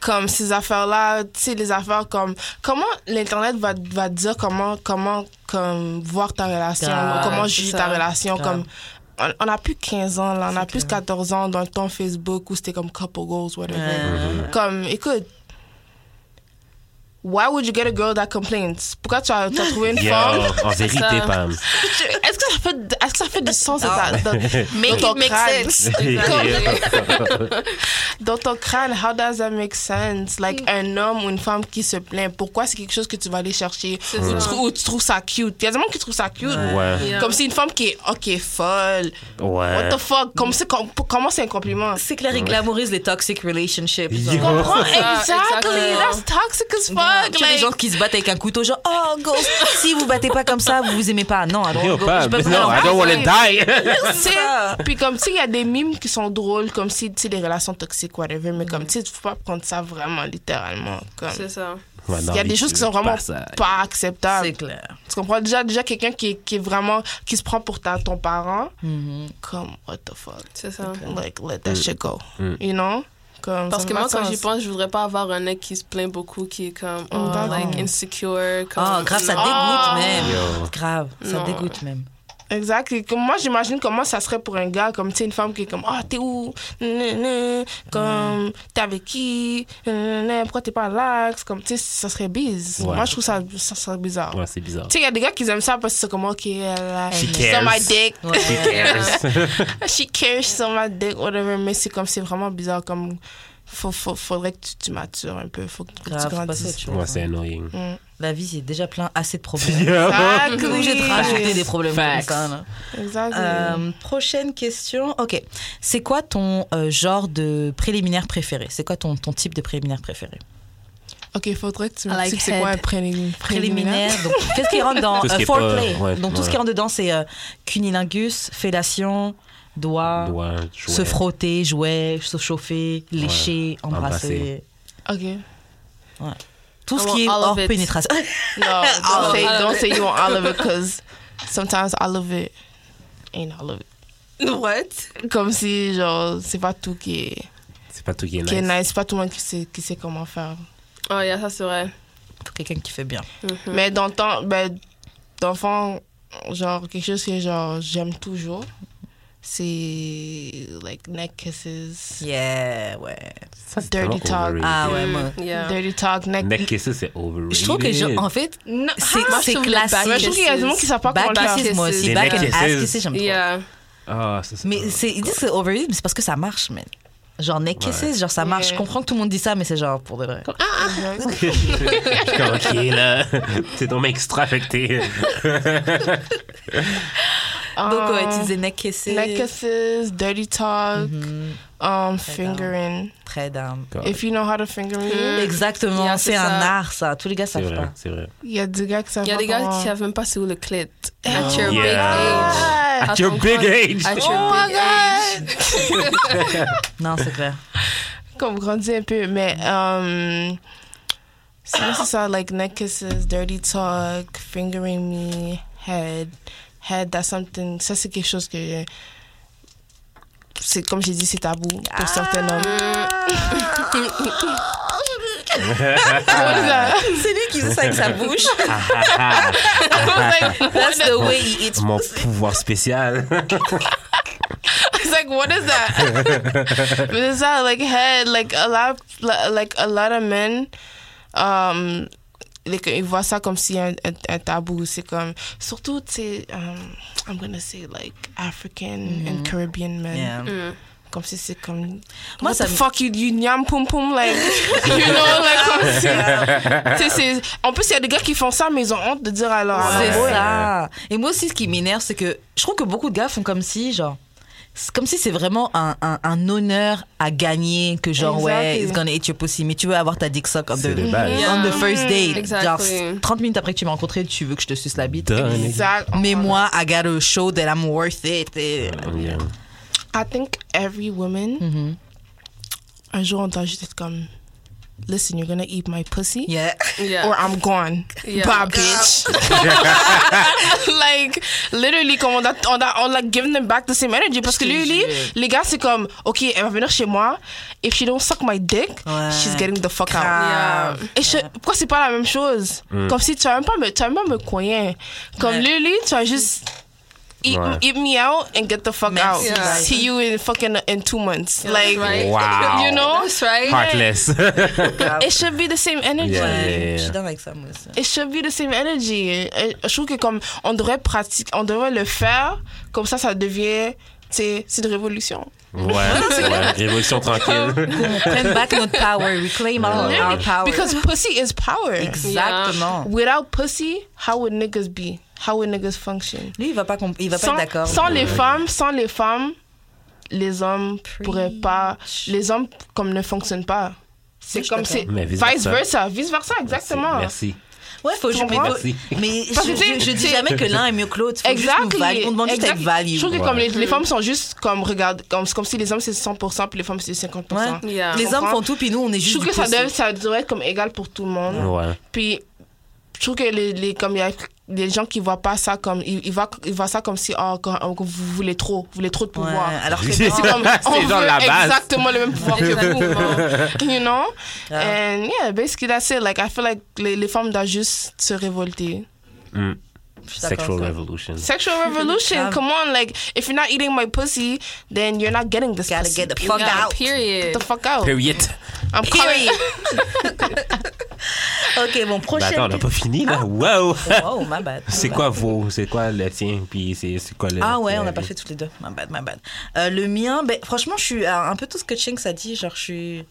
D: comme ces affaires-là, tu sais, les affaires comme. Comment l'Internet va, va te dire comment, comment comme, voir ta relation,
B: Grave,
D: comment
E: c'est
D: juger
E: ça.
D: ta relation,
B: Grave.
D: comme. On, on a plus 15 ans, là, on a plus 14 ans dans le temps Facebook où c'était comme couple goals, whatever.
B: Ouais.
D: Comme, écoute. Why would you get a girl that complains? Pourquoi tu as, tu as trouvé une
C: Yo,
D: femme
C: en vérité,
E: ça.
C: Pam.
D: Est-ce que ça fait, est-ce que ça fait du sens dans,
B: Ah.
D: ta- dans, dans ton
E: make
D: crâne?
E: sense.
D: Dans ton crâne, how does that make sense? Like un homme ou une femme qui se plaint, pourquoi c'est quelque chose que tu vas aller chercher ou tu,
E: ça.
D: trou- ou tu trouves ça cute? Il y a des gens qui trouvent ça cute.
C: Ouais.
E: Yeah.
D: Comme si une femme qui est ok folle,
C: Ouais.
D: what the fuck, comme c'est, com- comment c'est un compliment?
B: C'est clair, ils glamourisent les toxic relationships.
C: Yo.
B: genre.
C: Tu comprends?
E: Ah,
D: exactly,
E: exactement.
D: that's toxic as
B: Ah,
D: fuck.
B: tu vois les
D: like-
B: gens qui se battent avec un couteau, genre, oh, ghost, si vous battez pas comme ça, vous vous aimez pas. Non, attends,
C: Yo,
B: go-
C: Pam.
B: je peux pas
C: Non,
B: leur
C: I don't want to die.
D: Tu sais, Puis comme, tu sais, il y a des mimes qui sont drôles, comme si, tu sais, des relations toxiques, whatever, mais comme, tu sais, faut pas prendre ça vraiment littéralement. Comme,
E: C'est ça.
D: il euh, y a des choses qui sont vraiment
C: ça.
D: pas
B: C'est
D: acceptables.
B: clair.
D: Tu comprends? Déjà, déjà quelqu'un qui, est- qui est vraiment, qui se prend pour ta, ton parent, comme, what the fuck?
E: C'est ça.
D: Like, let that shit go. You know? Comme,
E: Parce
D: ça
E: que
D: n'a
E: moi,
D: pas de
E: quand j'y
D: sens.
E: pense, je voudrais pas avoir un mec qui se plaint beaucoup, qui est comme, oh,
D: Mm,
E: like,
D: d'accord.
E: insecure. Comme, Ah,
B: Oh, grave, ça
E: non.
B: dégoûte même.
C: Yo.
B: Grave, ça
E: Non.
B: dégoûte même.
D: Exact. Et comme moi, j'imagine comment ça serait pour un gars, comme, tu sais, une femme qui est comme, ah, t'es où? Né, né. Comme, t'es avec qui? Né, né, né. Pourquoi t'es pas là? C'est Comme, tu sais, ça serait biz.
C: Ouais.
D: Moi, je trouve ça, ça serait bizarre.
C: Ouais, c'est bizarre.
D: Tu sais, il y a des gars qui aiment ça parce que c'est comme, ok, elle, a-
C: She
D: she's on
C: cares.
D: my dick.
B: Ouais.
D: She cares, she's on my dick, whatever. Mais c'est comme, c'est vraiment bizarre. Comme, faut, faut- faudrait que tu, tu matures un peu. Faut que tu
B: Grave, faut passer à autre
D: grandisses.
B: chose,
C: Ouais,
B: hein.
C: c'est annoying.
B: La vie, c'est déjà plein assez de problèmes.
C: Yo.
B: Je suis obligée de rajouter des problèmes comme ça. là.
D: Exact.
B: Euh, prochaine question. Ok. C'est quoi ton euh, genre de préliminaire préféré C'est quoi ton, ton type de préliminaire préféré
D: Ok, faudrait que tu
E: I
D: me
E: like
D: dises c'est quoi
E: head.
D: un prélim- préliminaire.
B: préliminaire. Donc, qu'est-ce qui rentre dans
C: Tout ce
B: euh,
C: qui est pas-
B: foreplay
C: ouais,
B: Donc, tout ce
C: ouais.
B: qui rentre dedans, c'est euh, cunilingus, fellation, doigts,
C: Doigt,
B: se
C: jouet.
B: frotter, jouer, se chauffer, lécher, embrasser.
C: Embrasser.
D: Ok.
B: Tout ce
E: I want
B: qui est
E: all of
B: hors
E: it.
B: pénétration.
D: No, don't
E: Olive.
D: say don't say you want all of it because sometimes all of it ain't all of it.
E: What?
D: Comme si genre c'est pas tout qui est
C: C'est pas tout qui est
D: qui est
C: nice.
D: nice, pas tout le monde qui sait qui sait comment faire.
E: Oh, yeah, ça, c'est vrai.
B: Faut Quelqu'un qui fait bien.
D: Mais dans le temps, ben d'enfant, genre quelque chose que genre j'aime toujours, c'est like neck kisses,
B: Yeah, ouais.
C: Ça, c'est
D: Dirty
C: vraiment
D: talk.
C: overrated.
B: Ah ouais, moi.
E: Yeah.
D: dirty talk, neck.
C: Neck kisses, c'est overrated.
B: Je trouve que, je- en fait,
D: Non,
B: c'est
D: ah,
B: c'est
E: trouve le
B: classique.
E: back
D: mais je trouve qu'il y a des gens qui savent pas comment
B: Back
D: le faire.
B: kisses, moi aussi.
C: Les
B: Back and
C: neck
B: ass
C: kisses.
B: kisses, j'aime trop.
E: Yeah.
C: Ah, ça, c'est-
B: Mais c'est- ils disent que c'est overrated, mais c'est parce que ça marche, man. Genre neck kisses, genre ça marche. Je
D: Yeah.
B: comprends que tout le monde dit ça, mais c'est genre pour de vrai.
C: Je suis comme, ok, là. C'est ton mec extra affecté.
B: Donc,
E: oh.
B: ouais, tu
D: Euh,
B: disais neck kisses.
D: neck kisses, dirty talk, um, fingering.
B: Très dame.
D: If you know how to finger me.
B: Mm-hmm. Exactement,
E: Yeah, c'est
B: c'est un
E: ça.
B: art, ça. Tous les gars
C: C'est
B: savent
C: vrai,
B: pas.
C: c'est vrai.
D: Il y a des gars qui savent
E: Il y a
D: pas
E: des gars
D: comment-
E: qui savent même pas c'est où le clit. At your big
C: Yeah.
E: age.
D: Ah,
C: At your big age.
E: At your
D: Oh my
E: big age.
B: Non, c'est clair.
D: Comme grandit un peu, mais um, sinon c'est ça, like neck kisses, dirty talk, fingering me, head, head, that's something. Ça c'est quelque chose que c'est comme j'ai dit, c'est tabou pour certains hommes.
E: Ah.
B: C'est lui qui fait ça avec sa bouche. That's the way he eats.
C: Mon pouvoir spécial.
D: like, what is that? but it's that like head. Like a lot, of, like a lot of men. Um, like, ils voient ça comme si un, un, un tabou. C'est comme surtout, tu sais, um, I'm gonna say like African and Caribbean men.
B: Mm-hmm. Yeah.
D: Comme si c'est comme.
B: Moi,
D: Moi, what
B: ça
D: the
B: me-
D: fuck, you, you nyam pum pum, like. you know, like, comme si. Tu sais, c'est- en plus, il y a des gars qui font ça, mais ils ont honte de dire à leur
B: C'est
D: à leur-
B: ça. Et moi aussi, ce qui m'énerve, c'est que je trouve que beaucoup de gars font comme si, genre, c'est comme si c'est vraiment un, un, un honneur à gagner que genre, ouais,
D: Exactly.
B: it's gonna eat your pussy, mais tu veux avoir ta dick suck on
C: C'est
B: the,
C: les bases.
B: on the first date.
E: Exactly.
B: Genre, 30 minutes après que tu m'as rencontré, tu veux que je te suce la bite.
C: Done.
D: Exact.
B: Mais moi, I gotta show that I'm worth it. Et-
C: Yeah.
D: I think every woman,
B: Mm-hmm.
D: un jour, on doit juste être comme, listen, you're gonna eat my pussy
B: Yeah.
E: Yeah.
D: or I'm gone.
E: Yeah.
D: Bye, bitch. like, literally, comme on a, on a, on a given them back the same energy. Parce que
B: te
D: literally,
B: jure.
D: les gars, c'est comme, OK, elle va venir chez moi. If she don't suck my dick,
B: Ouais.
D: she's getting the fuck
B: Grave.
D: out. Et je- pourquoi c'est pas la même chose? Comme si tu as même pas me, tu as même pas me coin. Comme
B: Ouais.
D: literally, tu as juste... Eat,
C: Ouais.
D: eat me out and get the fuck
B: Merci,
D: out.
E: Ouais.
D: See you in fucking in two months. like,
E: right.
C: Wow.
D: you know,
E: That's right.
C: Heartless.
D: it should be the same energy.
C: Yeah, yeah, yeah.
B: Je suis d'accord avec ça, moi aussi.
D: It should be the same energy. Et je trouve que comme on devrait pratiquer, on devrait le faire, comme ça, ça devient, tu sais, c'est une révolution.
C: ouais, ouais. Révolution tranquille.
B: Qu'on prenne back notre power, reclaim our, our power.
D: Because pussy is power.
B: Exactement.
D: Without pussy, how would niggas be? How would niggas function?
B: Lui, il va pas, comp- il va pas
D: sans,
B: être d'accord.
D: sans les femmes, sans les femmes, les hommes pourraient pas, les hommes comme ne fonctionnent pas.
B: Moi,
D: C'est
B: je
D: comme
B: suis
D: c'est
B: d'accord.
C: Mais vice
D: vice
C: versa.
D: versa, vice versa, exactement.
C: Merci.
B: Ouais, faut
D: Tu
B: mais
D: comprends?
B: faut- Mais
D: Parce
B: je,
D: que tu
B: je,
D: sais-
B: je dis
D: tu sais-
B: jamais que l'un est mieux que l'autre. Faut juste nous value. On demande juste à être
D: Exact-
B: value.
D: Je trouve que comme
C: Ouais.
D: les, les femmes sont juste comme regarde comme, c'est comme si les hommes c'est 100% puis les femmes c'est 50%.
B: Ouais.
E: Yeah.
B: Les
D: Tu
B: hommes
D: comprends?
B: font tout, puis nous, on est
D: Je
B: juste.
D: trouve
B: du
D: que ça
B: pussy.
D: doit, ça doit être comme égal pour tout le monde.
C: Ouais.
D: Puis je trouve que les, les comme il y a des gens qui voient pas ça comme ils, ils voient ils voient ça comme si oh quand- oh, vous voulez trop, vous voulez trop de
B: Ouais,
D: pouvoir.
B: alors que
C: C'est
B: non.
D: Comme, on
C: genre
D: veut
C: la base.
D: exactement le même pouvoir que
E: Exactement.
D: vous, you know?
B: Yeah.
D: And yeah, basically that's it. Like I feel like les, les femmes doivent juste se révolter.
C: Mm.
B: Je suis d'accord
C: Sexual
B: avec ça.
C: revolution.
D: Sexual revolution,
B: Yeah.
D: come on! Like, if you're not eating my pussy, then you're not getting this.
B: Gotta
D: pussy.
B: get the fuck
E: Yeah,
B: out.
E: Period.
D: Get the fuck out.
C: Period.
D: I'm calling.
B: Ok, bon,
C: Bah,
B: prochaine.
C: attends, on n'a pas fini là. Wow.
B: Oh, my bad.
C: C'est quoi vos, c'est quoi le tien, puis c'est c'est quoi le.
B: Ah ouais, on n'a
C: le-
B: pas fait toutes les deux. My bad, my bad. Euh, le mien, ben, franchement, je suis euh, un peu tout ce que Chinks a dit. Genre, je suis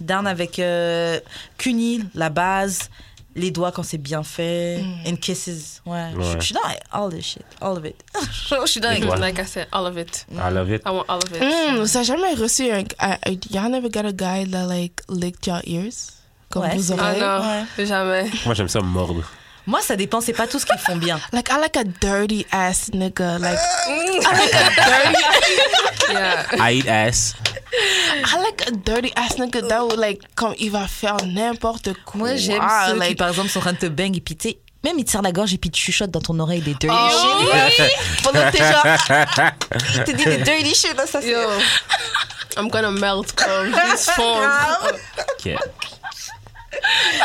B: down avec euh, Cunil, la base, les doigts quand c'est bien fait, and kisses. Ouais, Je-
C: Ouais.
B: je suis down avec all this shit, all of it.
E: Je suis
C: Et toi?
E: d'accord. Like I said, all of it.
C: I love it.
E: I want all of it.
D: Mm, vous avez jamais reçu un. un- un- Y'all never got a guy that, like, licked your ears? Comme
B: Ouais,
D: vos
B: c'est-
E: Ah
D: oreilles?
E: non, jamais.
C: Moi, j'aime ça mordre.
B: Moi, ça dépend, c'est pas tout ce qu'ils font bien.
D: Like, I like a dirty ass nigga. Like,
E: Yeah.
B: Ah.
C: I eat ass.
D: I like a dirty ass nigga that would, like, comme il va faire n'importe quoi. ah,
B: Moi, j'aime ceux qui,
D: like,
B: par exemple, sont en train de te bang et puis tu sais, même ils te serrent la gorge et puis tu chuchotes dans ton oreille des dirty
D: Oh,
B: shit.
D: oui! Pendant que t'es genre.
B: Ils te disent des dirty shit, là, ça c'est.
E: Yo, I'm gonna melt from this phone.
C: Ok.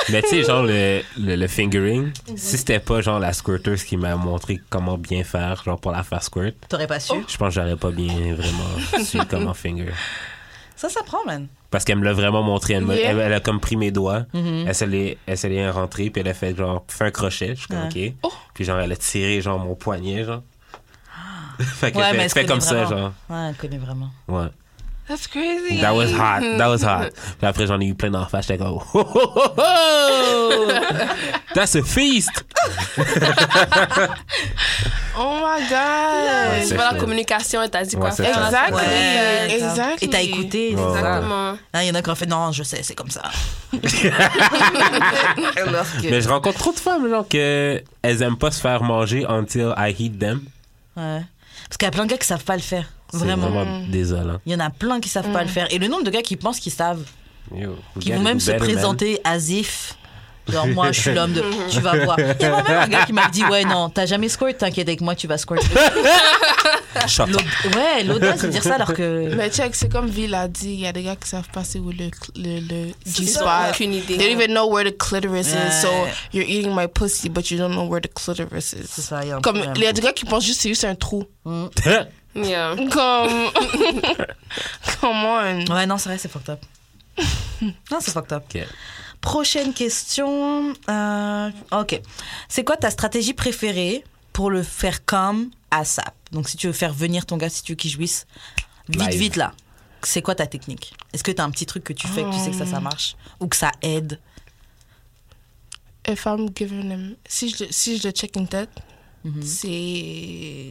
C: Mais tu sais, genre le, le, le fingering,
B: Mhm.
C: si c'était pas genre la squirter qui m'a montré comment bien faire, genre pour la faire squirt,
B: T'aurais pas su.
C: je pense que j'aurais pas bien vraiment su comment finger.
B: Ça, ça prend, man.
C: Parce qu'elle me l'a vraiment montré. Elle, m'a-
D: Yeah.
C: elle, elle a comme pris mes doigts,
B: Mm-hmm.
C: elle s'est les- elle s'est les rentrée, puis elle a fait genre, fait un crochet, je suis comme ok.
D: Oh.
C: Puis genre, elle a tiré genre mon poignet, genre. fait que
B: Ouais,
C: fait,
B: mais elle se
C: fait comme
B: connaît
C: ça,
B: vraiment.
C: genre.
B: Ouais, elle connaît vraiment.
C: Ouais.
E: That's crazy.
C: That was hot. That was hot. Puis après, j'en ai eu plein d'en face. J'étais comme, oh, ho, ho, ho, ho! oh! That's a feast!
D: Oh my god!
C: Ouais,
E: Tu
C: c'est
E: vois,
C: ça.
E: la communication, elle t'a dit quoi
C: Ouais, c'est
E: faire.
C: ça.
D: Exactly.
B: Ouais, grave.
D: exactly.
B: Et t'as écouté. c'est
C: Ouais,
B: ça.
C: ouais.
E: Exactement.
B: Là, Il y en a qui ont fait non, je sais, c'est comme ça. Alors que-
C: Mais je rencontre trop de femmes, genre, que elles aiment pas se faire manger until I heat them.
B: Ouais. Parce qu'il y a plein de gars qui savent pas le faire.
C: C'est
B: Vraiment.
C: vraiment désolant.
B: Il y en a plein qui savent pas le faire. Et le nombre de gars qui pensent qu'ils savent,
C: Yo, we
B: qui
C: gotta
B: vont même
C: do
B: se
C: better, man.
B: présenter as if. Genre, moi, je suis l'homme de. Tu vas voir. Il y a même un gars qui m'a dit Ouais, non, t'as jamais squirt, t'inquiète avec moi, tu vas squirt.
C: Shut up.
B: L'aud- Ouais, l'audace de dire ça alors que.
D: Mais check, c'est comme Ville a dit, il y a des gars qui savent pas c'est où le, le, le
E: ça.
D: G-spot.
E: Aucune idée.
D: They don't even know where the clitoris
B: Ouais.
D: is, so you're eating my pussy, but you don't know where the clitoris is.
B: ça, il y a un
D: Comme,
B: problème.
D: il y a des gars qui pensent juste que c'est juste un trou.
E: Yeah.
D: Comme. Come on.
B: Ouais, non, c'est vrai, c'est fucked up. non, c'est fucked up.
C: Ok.
B: Prochaine question. euh, ok. C'est quoi ta stratégie préférée pour le faire comme ASAP Donc, si tu veux faire venir ton gars, si tu veux qu'il jouisse, vite,
C: Live.
B: vite là. C'est quoi ta technique Est-ce que tu as un petit truc que tu fais, que tu sais que ça, ça marche Ou que ça aide
D: If I'm giving him. Si je, le- si je le check in tête,
B: Mm-hmm.
D: c'est.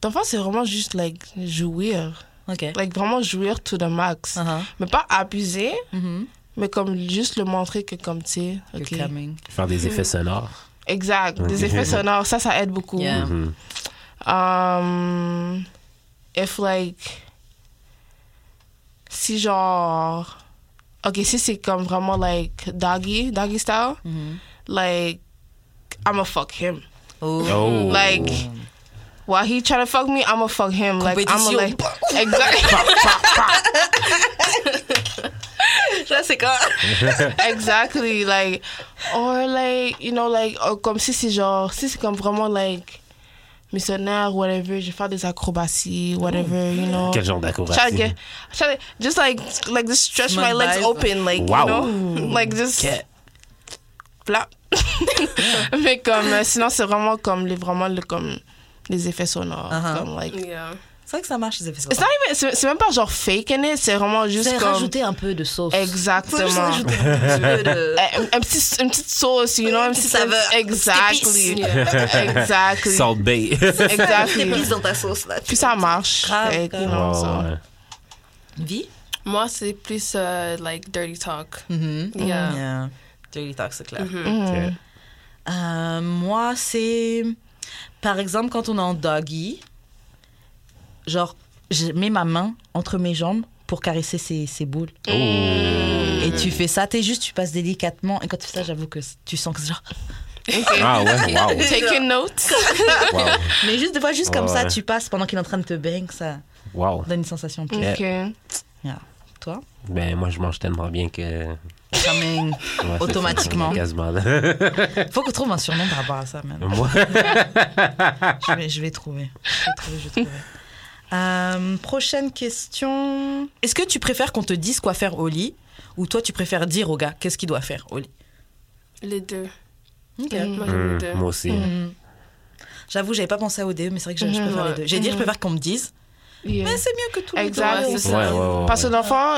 D: D'enfant, c'est vraiment juste, like, jouir.
B: Ok.
D: Like, vraiment jouir to the max.
B: Uh-huh.
D: Mais pas abuser,
B: Mhm.
D: mais comme juste le montrer que, comme, tu sais.
B: You're
D: ok.
B: coming.
C: Faire des effets sonores.
D: Exact. Des effets sonores, ça, ça aide beaucoup.
B: Yeah.
C: Mhm.
D: Um, if like si genre ok si c'est comme vraiment like doggy doggy style like I'ma fuck him
B: Oh.
C: Oh.
D: like while he trying to fuck me I'ma fuck him like I'ma
B: Compétition.
D: like exactly
B: Ça, c'est quoi
D: exactly like or like you know like or comme si c'est genre si c'est comme vraiment like missionnaire whatever je vais faire des acrobaties whatever you know
C: Quel genre d'acrobatie?
D: try to get, try to just like, like just stretch my
B: Smug
D: legs
B: vibes.
D: open, like
C: Wow.
D: you know, like just
C: Ok.
D: flap. Mais comme euh, sinon c'est vraiment comme les vraiment le, comme les effets sonores,
B: Uh-huh.
D: comme like.
E: Yeah.
B: C'est vrai que ça marche, les effets
D: It's
B: sonores.
D: not even- c'est c'est même pas genre fake in it, c'est vraiment juste
B: C'est
D: comme
B: rajouter un peu de sauce. Faut juste
D: exactement.
B: rajouter un petit peu de...
D: Un, un petit, une petite sauce, you know,
B: Une
D: un
B: petite
D: petit
B: saveur, une petite
D: Exactly.
B: épice.
D: exactly.
C: Salt Bay.
D: Exactly.
B: dans ta sauce, là.
D: Puis ça marche.
B: Grave,
D: like, you
B: grave.
D: know, so.
B: Vie
E: Moi, c'est plus euh, like dirty talk. Hmm. Yeah.
B: Mm-hmm. Yeah. Dirty talk, c'est clair.
D: Mm-hmm.
C: Ok.
D: Mm.
B: Euh, moi, c'est. Par exemple, quand on est en doggy, genre, je mets ma main entre mes jambes pour caresser ses, ses boules.
C: Mm. Oh.
B: Et tu fais ça, t'es juste, tu passes délicatement. Et quand tu fais ça, j'avoue que c- tu sens que c'est genre.
C: Ah ouais, wow.
D: Taking notes.
C: Wow.
B: Mais juste, des fois, juste
C: Ouais,
B: comme ça,
C: ouais.
B: tu passes pendant qu'il est en train de te bang, ça
C: Wow.
B: donne une sensation. de
D: Ok.
B: Toi
C: Ben, moi, je mange tellement bien que.
B: Coming.
C: Ouais, c'est
B: Automatiquement.
C: ça, Quasiment.
B: Faut qu'on trouve un surnom par rapport à ça, même.
C: Moi,
B: je, vais, je vais trouver. Je vais trouver, je vais trouver. Euh, prochaine question. Est-ce que tu préfères qu'on te dise quoi faire au lit ou toi tu préfères dire au gars qu'est-ce qu'il doit faire au lit
E: Les deux.
B: Ok.
E: Moi, j'aime les
C: Hum,
E: deux.
C: moi aussi.
D: Mm.
B: J'avoue, j'avais pas pensé à ODE, mais c'est vrai que je,
D: Mm-hmm,
B: je préfère les deux. J'ai dit, je préfère qu'on me dise,
D: Yeah.
B: mais c'est mieux que tout le monde.
D: Exact, c'est
C: Ouais, ouais, Oh, ouais.
D: Parce que d'enfant,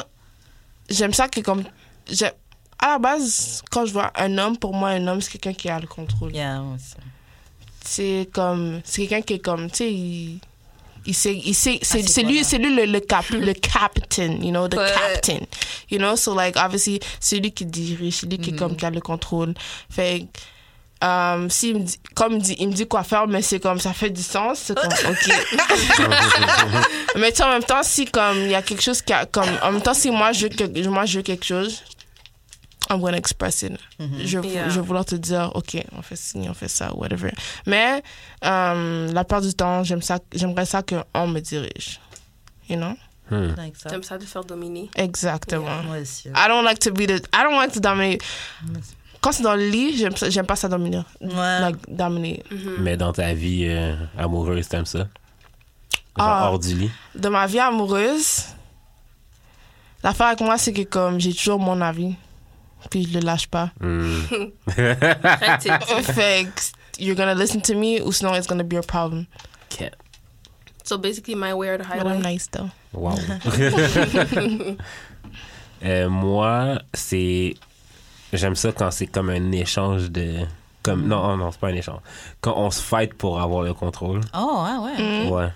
D: j'aime ça que comme. j'ai- À la base, quand je vois un homme, pour moi, un homme, c'est quelqu'un qui a le contrôle.
B: Yeah, ouais, c'est-
D: C'est comme. C'est quelqu'un qui est comme. Tu sais, il. Il sait, il sait, c'est
B: Ah, c'est
D: c'est
B: quoi,
D: lui,
B: là?
D: c'est lui le, le cap, le captain, you know, the
E: Ouais.
D: captain, you know, so like obviously c'est lui qui dirige, c'est lui
B: Mm-hmm.
D: qui comme qui a le contrôle. Fait, que, euh, s'il me dit, comme il dit, il me dit quoi faire, mais c'est comme ça fait du sens, c'est comme ok. Mais tu sais, en même temps, si comme il y a quelque chose qui a, comme en même temps, si moi je veux que- moi je veux quelque chose, I'm gonna express it. je, vou-
E: Yeah.
D: je vais vouloir te dire, ok, on fait ci, on fait ça, whatever. Mais euh, la part du temps, j'aime ça, j'aimerais ça que on me dirige, you know?
C: Hum.
B: avec ça.
E: J'aime ça de faire dominer.
D: Exactement.
B: Moi aussi.
D: I don't like to be the, I don't like to dominate. Quand c'est dans le lit, j'aime ça- j'aime pas ça dominer,
B: Ouais.
D: like, dominer.
C: Mais dans ta vie euh, amoureuse, t'aimes ça? Genre
D: Ah.
C: hors du lit?
D: de ma vie amoureuse, l'affaire avec moi, c'est que comme j'ai toujours mon avis, puis je le lâche pas.
C: Hum. Ah,
E: Pratique.
D: fait que you're gonna listen to me ou sinon it's gonna be your problem.
C: Ok.
E: so basically, my way or the
D: But I'm
E: highway.
D: nice though.
C: Wow. Euh, moi, c'est. J'aime ça quand c'est comme un échange de. Comme... Non, oh non, c'est pas un échange. Quand on se fight pour avoir le contrôle.
B: Oh, ouais, ouais.
C: Ouais.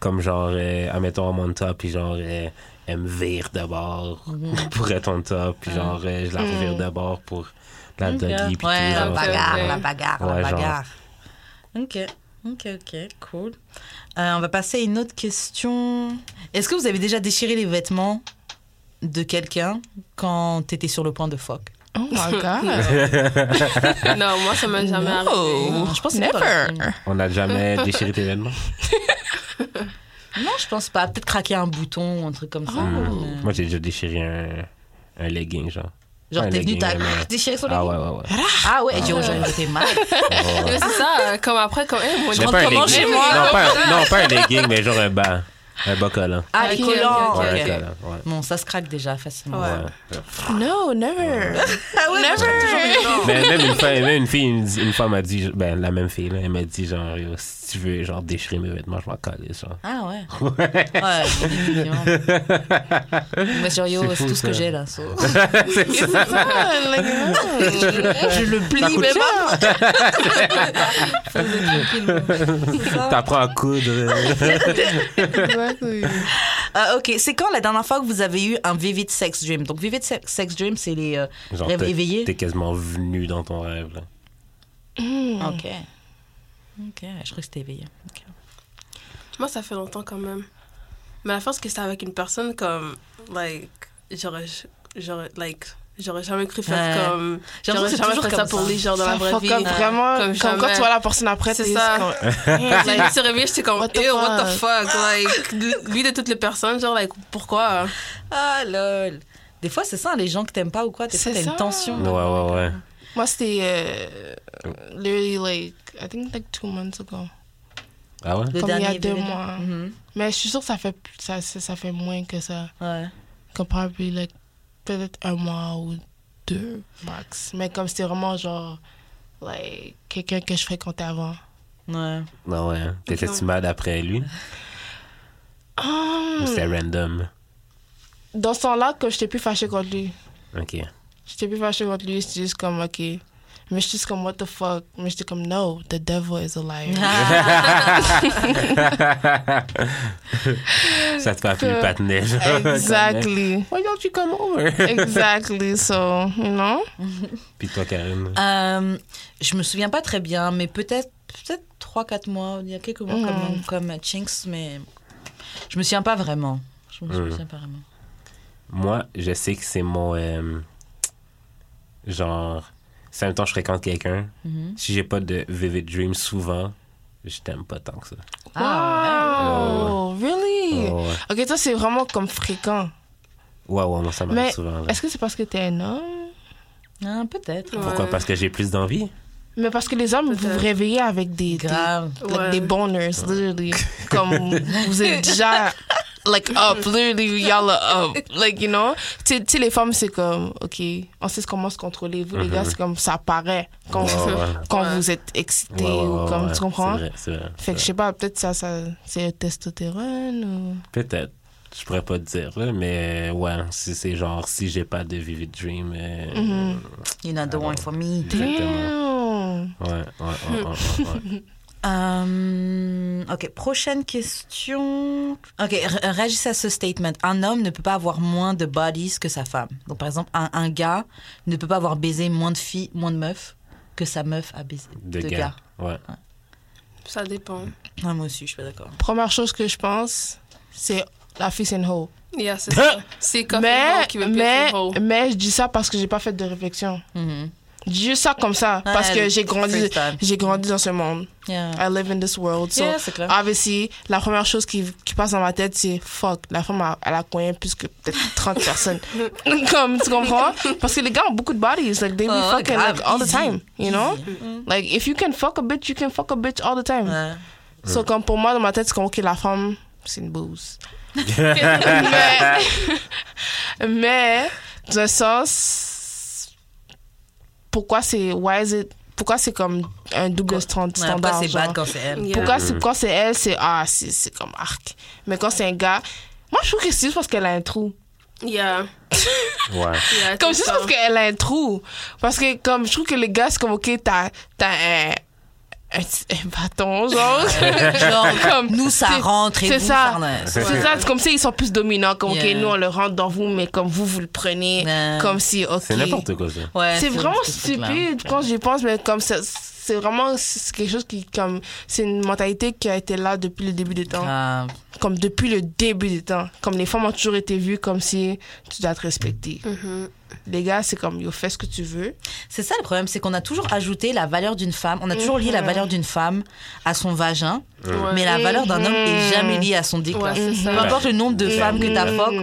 C: Comme genre, euh, admettons, on monte top, puis genre, euh, elle me vire de bord pour être on top, puis genre, euh, je la revire de bord pour la doggy, puis
B: Ouais,
C: tout.
B: la
C: genre,
B: bagarre,
C: ouais.
B: la bagarre,
C: Ouais,
B: la
C: genre.
B: bagarre. Ok, ok, ok, cool. Euh, on va passer à une autre question. Est-ce que vous avez déjà déchiré les vêtements de quelqu'un quand t'étais sur le point de fuck
D: Oh my god.
E: non, moi, ça m'est jamais arrivé.
B: Non, je pense que c'est pas la
D: Never.
B: peine.
C: On n'a jamais déchiré tes vêtements?
B: Non, je pense pas. Peut-être craquer un bouton ou un truc comme ça.
C: Hmm.
B: mais- euh,
C: Moi, j'ai déjà déchiré un, un legging, genre.
B: Genre,
C: Ouais,
B: t'es
C: le
B: venu, t'as.
C: gang, ouais.
B: T'es chéri sur le
C: Ah
B: lit.
C: ouais, ouais, ouais.
B: Ah ouais, Joe, j'aurais été mal.
C: Ouais, ouais.
E: Mais c'est ça, comme après, comme, eh, mon
C: Mais
E: Dieu,
C: pas un
E: comment
C: legging.
E: chez moi?
C: Non, pas un- non, pas un legging, mais genre un bas. Un bas collant.
B: Ah, les
E: Ok,
B: collants.
E: ok,
C: Ouais, un
B: ok.
C: collant, ouais.
B: Bon, ça se craque déjà facilement.
E: Ouais.
C: Ouais.
D: No, never.
B: Ah ouais,
E: Toujours
C: Mais même une femme, même une fille, une, une fois m'a dit, ben la même fille, là, elle m'a dit genre, Yo, si tu veux genre déchirer mes vêtements, je m'en calais, genre.
B: Ah ouais. Ouais, définitivement. Mais genre, yo,
C: C'est
B: c'est
C: fou,
B: tout ce
C: ça.
B: que j'ai là. so.
D: C'est ça, like, no.
B: Je le plie, mais pas.
C: T'apprends à coudre.
D: Exactly.
B: Ah, ok, c'est quand la dernière fois que vous avez eu un vivid sex dream Donc, vivid se- sex dream, c'est les euh,
C: Genre,
B: rêves
C: t'es-
B: éveillés.
C: T'es quasiment venu dans ton rêve, là.
B: Ok. Ok, je crois que c'était éveillé. Ok.
E: Moi, ça fait longtemps quand même. Mais à force que c'était avec une personne comme, like, j'aurais, j'aurais, like, j'aurais jamais cru faire
B: Ouais.
E: comme,
B: J'ai l'impression que c'est
E: j'aurais jamais
B: toujours
E: fait ça
B: comme
E: pour
B: ça.
E: les gens dans la
D: Ça
E: vraie
D: fuck
E: vie.
D: up vraiment.
E: Comme
D: Comme, quand
E: jamais.
D: tu vois la personne après,
E: C'est
D: t'es
E: ça.
D: comme-
E: Like, je me suis réveillée, j'étais comme,
D: What the
E: eh, what the
D: fuck?
E: fuck? Like, lui de toutes les personnes, genre, like, pourquoi? hein?
B: Ah, lol. Des fois, c'est ça, les gens que t'aimes pas ou quoi, des fois,
D: C'est
B: t'as une
D: ça.
E: Oh.
B: tension.
C: Ouais, ouais, ouais.
D: Moi, c'était euh, literally like, I think like two months ago.
C: Ah ouais?
B: Le
D: Comme il y a
B: dernier
D: deux
B: bébé.
D: mois.
B: Mhm.
D: Mais je suis sûre que ça fait, plus- ça, ça, ça fait moins que ça.
B: Ouais.
D: Comme probably like, peut-être un mois ou deux max. Mais comme c'était vraiment genre like, quelqu'un que je fréquentais avant.
B: Ouais.
C: Non, Ah ouais. hein. T'étais-tu mal après lui?
E: Ah.
C: Ou c'était random?
D: Dans ce temps-là, comme j'étais plus fâchée contre lui.
C: Ok.
D: J'étais plus fâchée contre lui, c'était juste comme, ok. Mais j'étais juste comme, what the fuck? Mais j'étais comme, no, the devil is alive.
C: Ça te fait appeler le patinet, genre.
E: Euh,
D: exactly.
C: Why don't you come over?
D: exactly. So, you know?
C: Puis toi, Karine.
B: Euh, je me souviens pas très bien, mais peut-être peut-être 3-4 mois, il y a quelques mois comme, comme Chinks, mais je me souviens pas vraiment. Je me
C: Mhm.
B: souviens pas vraiment.
C: Moi, je sais que c'est mon. euh, genre, si en même temps je fréquente quelqu'un, si j'ai pas de vivid dream souvent, je t'aime pas tant que ça.
B: Ah,
D: Wow, really?
C: Ouais, ouais.
D: Ok, toi, c'est vraiment comme fréquent.
C: Ouais, ouais, moi, ça m'arrive
D: Mais
C: souvent. là.
D: est-ce que c'est parce que t'es un homme?
B: ouais. Ah, peut-être.
C: Pourquoi?
E: Ouais.
C: Parce que j'ai plus d'envie?
D: Mais parce que les hommes, vous vous réveillez avec des, des,
B: Grave.
D: like,
E: Ouais.
D: des boners, literally. Comme vous êtes déjà like up, literally, y'all are up. Like, you know? Tu tu sais, les femmes, c'est comme, ok, on sait comment se contrôler. Vous, les gars, c'est comme ça paraît quand,
C: Mhm. Ouais,
D: vous,
C: ouais.
D: quand
E: Ouais.
D: vous êtes excité
C: Ouais, ouais,
D: ou
C: ouais,
D: comme,
C: ouais.
D: tu comprends?
C: C'est vrai, c'est vrai.
D: Fait que je sais pas, peut-être ça, ça c'est le testostérone ou.
C: Peut-être. Je pourrais pas te dire, là, mais euh, ouais, si c'est genre, si j'ai pas de vivid dream. euh,
B: You're not the one for me.
C: Exactement. Ouais, ouais, ouais, ouais, ouais, ouais.
B: Euh, ok, prochaine question. Ok, ré- réagissez à ce statement. Un homme ne peut pas avoir moins de bodies que sa femme. Donc, par exemple, un, un gars ne peut pas avoir baisé moins de filles, moins de meufs que sa meuf a baisé.
C: De gars. Ouais.
E: Ça dépend.
B: Ah, moi aussi, je suis pas d'accord.
D: Première chose que je pense, c'est la fille, c'est une hoe.
E: Yeah, c'est ça. C'est comme une
D: mais,
E: femme qui veut
D: mais,
E: plaire aux hoes.
D: mais je dis ça parce que j'ai pas fait de réflexion.
B: Mhm.
D: Je dis juste ça comme ça parce
B: Ouais,
D: que j'ai grandi,
B: freestyle.
D: j'ai grandi dans ce monde.
B: Yeah.
D: I live in this world. So,
B: Yeah, c'est clair.
D: obviously, la première chose qui, qui passe dans ma tête, c'est fuck, la femme, a- elle a coin plus que peut-être 30 personnes. Comme, tu comprends? Parce que les gars ont beaucoup de bodies. Like, they be
B: Oh,
D: fucking
B: grave,
D: like, all the
B: easy,
D: time. You know?
B: easy.
D: Like, if you can fuck a bitch, you can fuck a bitch all the time.
B: Ouais.
D: So, comme pour moi, dans ma tête, c'est comme, OK, la femme, c'est une bouse. mais, mais, d'un sens, pourquoi c'est, why is it, pourquoi c'est comme un double stan-
B: Ouais,
D: standard?
B: pas c'est
D: genre?
B: bad quand c'est elle.
E: Yeah.
D: Pourquoi c'est, quand c'est elle, c'est, ah, c'est, c'est comme arc. Mais quand c'est un gars, moi, je trouve que c'est juste parce qu'elle a un trou.
E: Yeah.
C: Ouais.
E: Yeah,
D: Comme
E: c'est
D: juste
E: ça.
D: parce qu'elle a un trou. Parce que, comme, je trouve que les gars, c'est comme, OK, t'as, t'as un, un, un bâton, genre.
B: Genre,
D: Comme-
B: nous, ça
D: c'est-
B: rentre et
D: c'est
B: vous,
D: ça.
B: ça
D: C'est ça, c'est comme ça, ils sont plus dominants. Comme,
B: Yeah.
D: OK, nous, on le rentre dans vous, mais comme vous, vous le prenez.
B: Ouais.
D: Comme si, OK.
C: C'est n'importe quoi, ça.
B: Ouais,
D: C'est vraiment
B: c'est clair.
D: stupide quand j'y pense, mais comme ça, c'est vraiment c'est quelque chose qui, comme, c'est une mentalité qui a été là depuis le début des temps.
B: Grave.
D: Comme depuis le début des temps. Comme les femmes ont toujours été vues comme si tu dois te respecter. Les gars, c'est comme, yo, fais ce que tu veux.
B: C'est ça le problème, c'est qu'on a toujours ajouté la valeur d'une femme, on a toujours lié la
D: Mm-hmm.
B: valeur d'une femme à son vagin,
C: Mm.
E: Ouais.
B: mais la valeur d'un homme
D: Mm-hmm.
B: est jamais liée à son dick.
E: Ouais,
B: là.
E: c'est ça.
B: Peu importe le nombre de
C: Mhm.
B: femmes que t'as fuck.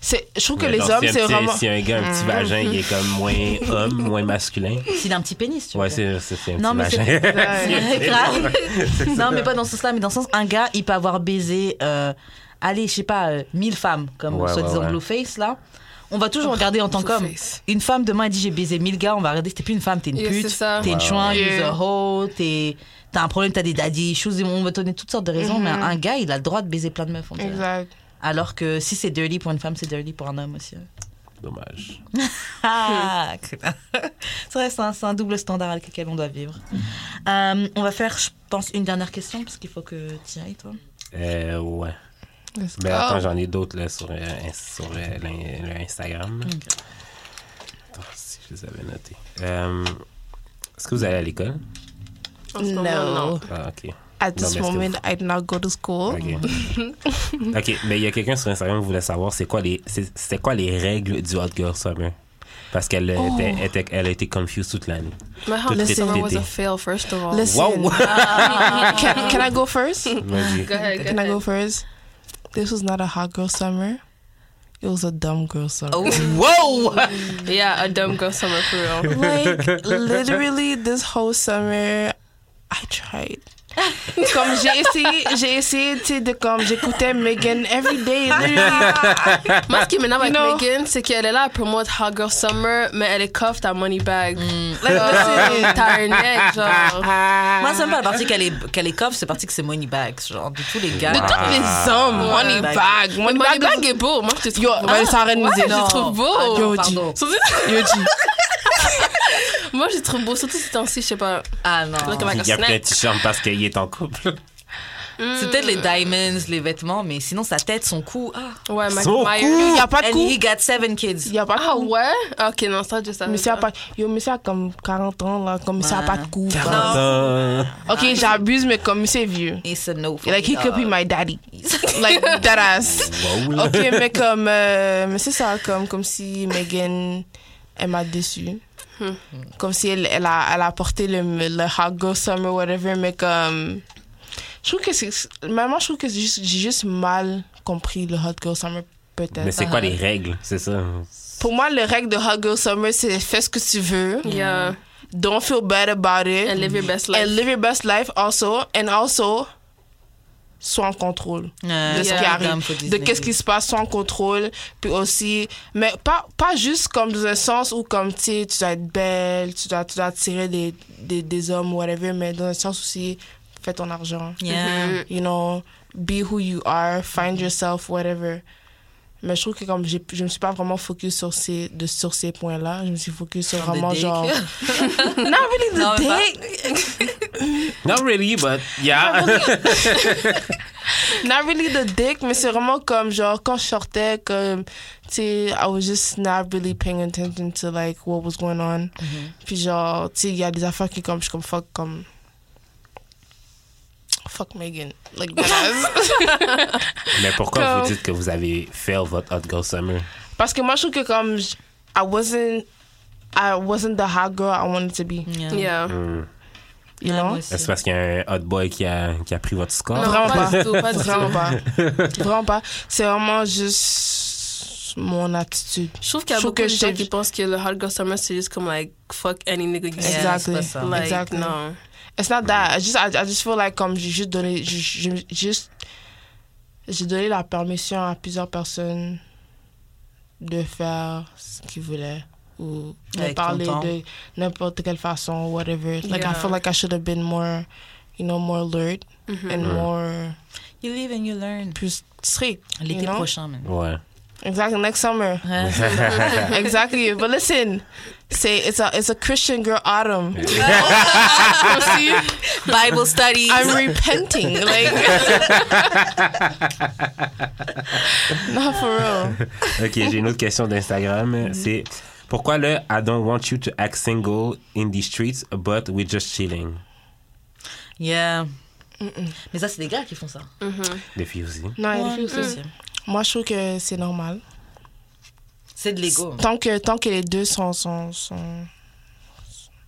D: C'est je trouve que
C: Mais
D: les
C: genre,
D: hommes,
C: si un
D: c'est
C: petit-
D: vraiment. Mm-hmm.
C: Si un gars, un petit vagin, il est comme moins homme, moins masculin.
B: C'est d'un petit pénis, tu
C: Ouais,
B: vois.
C: c'est c'est- c'est un
B: Non,
C: petit
B: mais
C: vagin.
B: c'est-
D: Ouais.
B: Grave. non, mais pas dans ce sens-là, mais dans le sens, un gars, il peut avoir baisé, euh, allez, je sais pas, euh, 1000 femmes, comme
C: Ouais,
B: soi-disant
C: ouais, ouais.
B: Blueface, là. On va toujours regarder en tant qu'homme.
E: Oh, Blueface.
B: Une femme, demain, elle dit j'ai baisé 1000 gars, on va regarder, t'es plus une femme, t'es une
E: Yeah, c'est
B: pute,
E: ça.
B: t'es une chouin,
D: ouais.
B: you're
D: Yeah.
B: a hoe, t'es- t'as un problème, t'as des daddy issues, et on va te donner toutes sortes de raisons,
E: Mhm.
B: mais un gars, il a le droit de baiser plein de meufs, on dirait.
D: Exact.
B: Alors que si c'est dirty pour une femme, c'est dirty pour un homme aussi. hein.
C: Dommage.
B: Ah, crétin. c'est vrai, c'est un, c'est un double standard avec lequel on doit vivre. Euh, on va faire, je pense, une dernière question, parce qu'il faut que tu ailles, toi.
C: Euh, ouais.
D: Let's
C: Mais
D: go.
C: attends, j'en ai d'autres là, sur, euh, ins- sur euh, l'in- le Instagram. Attends, si je les avais notés. Euh, Est-ce que vous allez à l'école?
E: En ce moment, non.
D: No.
C: Ah, ok.
D: At
C: Non, mais est-ce
D: this
C: que vous-
D: moment, I did not go to school.
C: Ok. ok, mais il y a quelqu'un sur Instagram qui voulait savoir c'est quoi les c'est c'est quoi les règles du Hot Girl Summer parce qu'elle
D: Oh.
C: était, était- elle a été confuse toute l'année.
E: My
C: Tout
E: hot
C: est
E: summer was
C: pété.
E: a fail, first of all.
D: Listen.
C: Wow.
D: can, can I go first?
C: Vas-y.
E: Go ahead, go
D: Can I go
E: ahead.
D: first? This was not a hot girl summer. It was a dumb girl summer.
B: Wow!
E: Yeah, a dumb girl summer for real.
D: Like literally this whole summer, I tried. comme j'ai essayé, j'ai essayé tu sais, de comme j'écoutais Megan every day. Literally,
E: Moi, ce qui m'énerve avec
D: Non.
E: Megan, c'est qu'elle est là à promouvoir Hot Girl Summer, mais elle est coffre à money bag.
C: Mm.
E: oh,
D: like, listen,
E: T'as un neck, genre.
B: Moi, c'est même pas la partie qu'elle est, qu'elle est coffre, c'est la partie que c'est money bags, genre, de tous les gars.
D: de tous les hommes, money
B: Bag.
D: bag,
E: Mon
D: money
E: money
D: bag.
E: bag est beau. Moi, je te trouve
D: Yo,
E: beau.
D: ben, ça arrête de nous
E: Ouais,
D: dire.
E: je le
D: Non.
E: trouve beau.
D: Ah, yo,
E: Pardon.
D: G.
E: Surtout-
D: Yo, G.
E: Moi, je le trouve beau, surtout ces temps-ci, je sais pas.
B: Ah non.
E: Look at my-
C: Il y a peut-être charme parce qu'il est en couple.
B: C'est peut-être les diamonds, les vêtements, mais sinon sa tête, son cou. Ah.
E: Ouais, Mike
C: Son
D: Il
E: Myers.
D: y a pas de
B: And
D: coup.
B: he got seven kids.
D: Il y a pas de
E: Ah
D: coup.
E: ouais? Ok, non, ça, je savais.
D: Monsieur a pas, yo, monsieur a comme 40 ans là, comme monsieur a
B: Ouais.
D: pas de coup. comme-
C: Attends.
D: Ok, j'abuse, mais comme monsieur est vieux.
B: It's a no for
D: Like, he
B: me,
D: could be
B: dog.
D: my daddy. Like, that ass.
C: Wow.
D: Ok, mais comme. euh, mais c'est ça, comme, comme si Megan, elle m'a déçue.
C: Hmm.
D: Comme si elle, elle, a, elle a porté le, le Hot Girl Summer, whatever, mais comme. Je trouve que c'est. Maman, je trouve que c'est juste- j'ai juste mal compris le Hot Girl Summer,
C: Mais
D: peut-être.
C: c'est quoi les règles C'est ça.
D: Pour moi, le règle de Hot Girl Summer, c'est fais ce que tu veux.
B: Mm.
E: Yeah.
D: Don't feel bad about it.
E: And live your best life.
D: And live your best life also. And also, sois en contrôle
B: Ouais,
D: Euh, de ce
E: Yeah.
D: qui
B: Madame Hein. faut
D: arrive, de
B: Disney.
D: qu'est-ce qui se passe sans contrôle, puis aussi, mais pas, pas juste comme dans un sens où comme, tu sais, tu dois être belle, tu dois, tu dois attirer des, des, des hommes, whatever, mais dans un sens aussi, fais ton argent, Mm-hmm.
B: Yeah. Mm-hmm.
D: you know, be who you are, find yourself, whatever. Mais je trouve que comme j'ai- je me suis pas vraiment focus sur ces, de, sur ces points-là, je me suis focus sur
B: Sur des
D: vraiment
B: dicks.
D: genre... Not really the
B: Non, mais pas-
D: dick.
C: Not really, but yeah.
D: Ah. Not really the dick, mais c'est vraiment comme genre quand je sortais, comme tu sais, I was just not really paying attention to like what was going on.
B: Mm-hmm.
D: Puis genre, tu sais, il y a des affaires qui comme je suis comme fuck comme fuck Megan, like badass.
C: Mais pourquoi
D: Comme-
C: vous dites que vous avez fait votre Hot Girl Summer
D: Parce que moi je trouve que comme je- I wasn't I wasn't the hot girl I wanted to be,
B: Yeah.
E: Yeah.
C: Hmm.
B: Ouais, Mm.
D: you
B: Ah, moi
D: know.
B: aussi.
C: Est-ce parce qu'il y a un hot boy qui a, qui a pris votre score
E: Non,
D: Vraiment
E: pas
D: pas.
E: du tout, pas du tout.
D: Vraiment pas. Vraiment pas. C'est vraiment juste mon attitude.
E: Je trouve qu'il y a
D: Je trouve
E: beaucoup de
D: que
E: gens
D: j'ai-
E: qui pensent que le Hot Girl Summer, c'est juste comme, like, fuck any nigga you see.
B: Yeah, c'est
D: Exactly.
B: pas ça.
E: Like,
D: Exactly.
E: non.
D: It's not that. I just, I, I just feel like comme j'ai juste donné, j'ai- j'ai juste, j'ai donné la permission à plusieurs personnes de faire ce qu'ils voulaient ou de
B: Avec ton
D: parler
B: temps.
D: de n'importe quelle façon, whatever. Like I
E: Yeah.
D: feel like I should have been more, you know, more alert
B: Mm-hmm.
D: and more
B: You live and you learn.
D: plus strict.
B: L'été
D: you know?
B: prochain, même.
C: Ouais.
D: Exactly. Next summer.
B: Ouais.
D: exactly. But listen, say it's a it's a Christian girl autumn. See?
B: Bible studies.
D: I'm repenting. Like, not for real.
C: Ok, j'ai une autre question d'Instagram. C'est pourquoi le I don't want you to act single in the streets, but we're just chilling.
B: Yeah. Mais ça, c'est des gars qui font ça.
C: Les filles aussi.
D: Non, il y a des filles aussi.
B: aussi.
D: Moi, je trouve que c'est normal.
B: C'est de l'ego. hein.
D: Tant que, tant que les deux sont, sont, sont,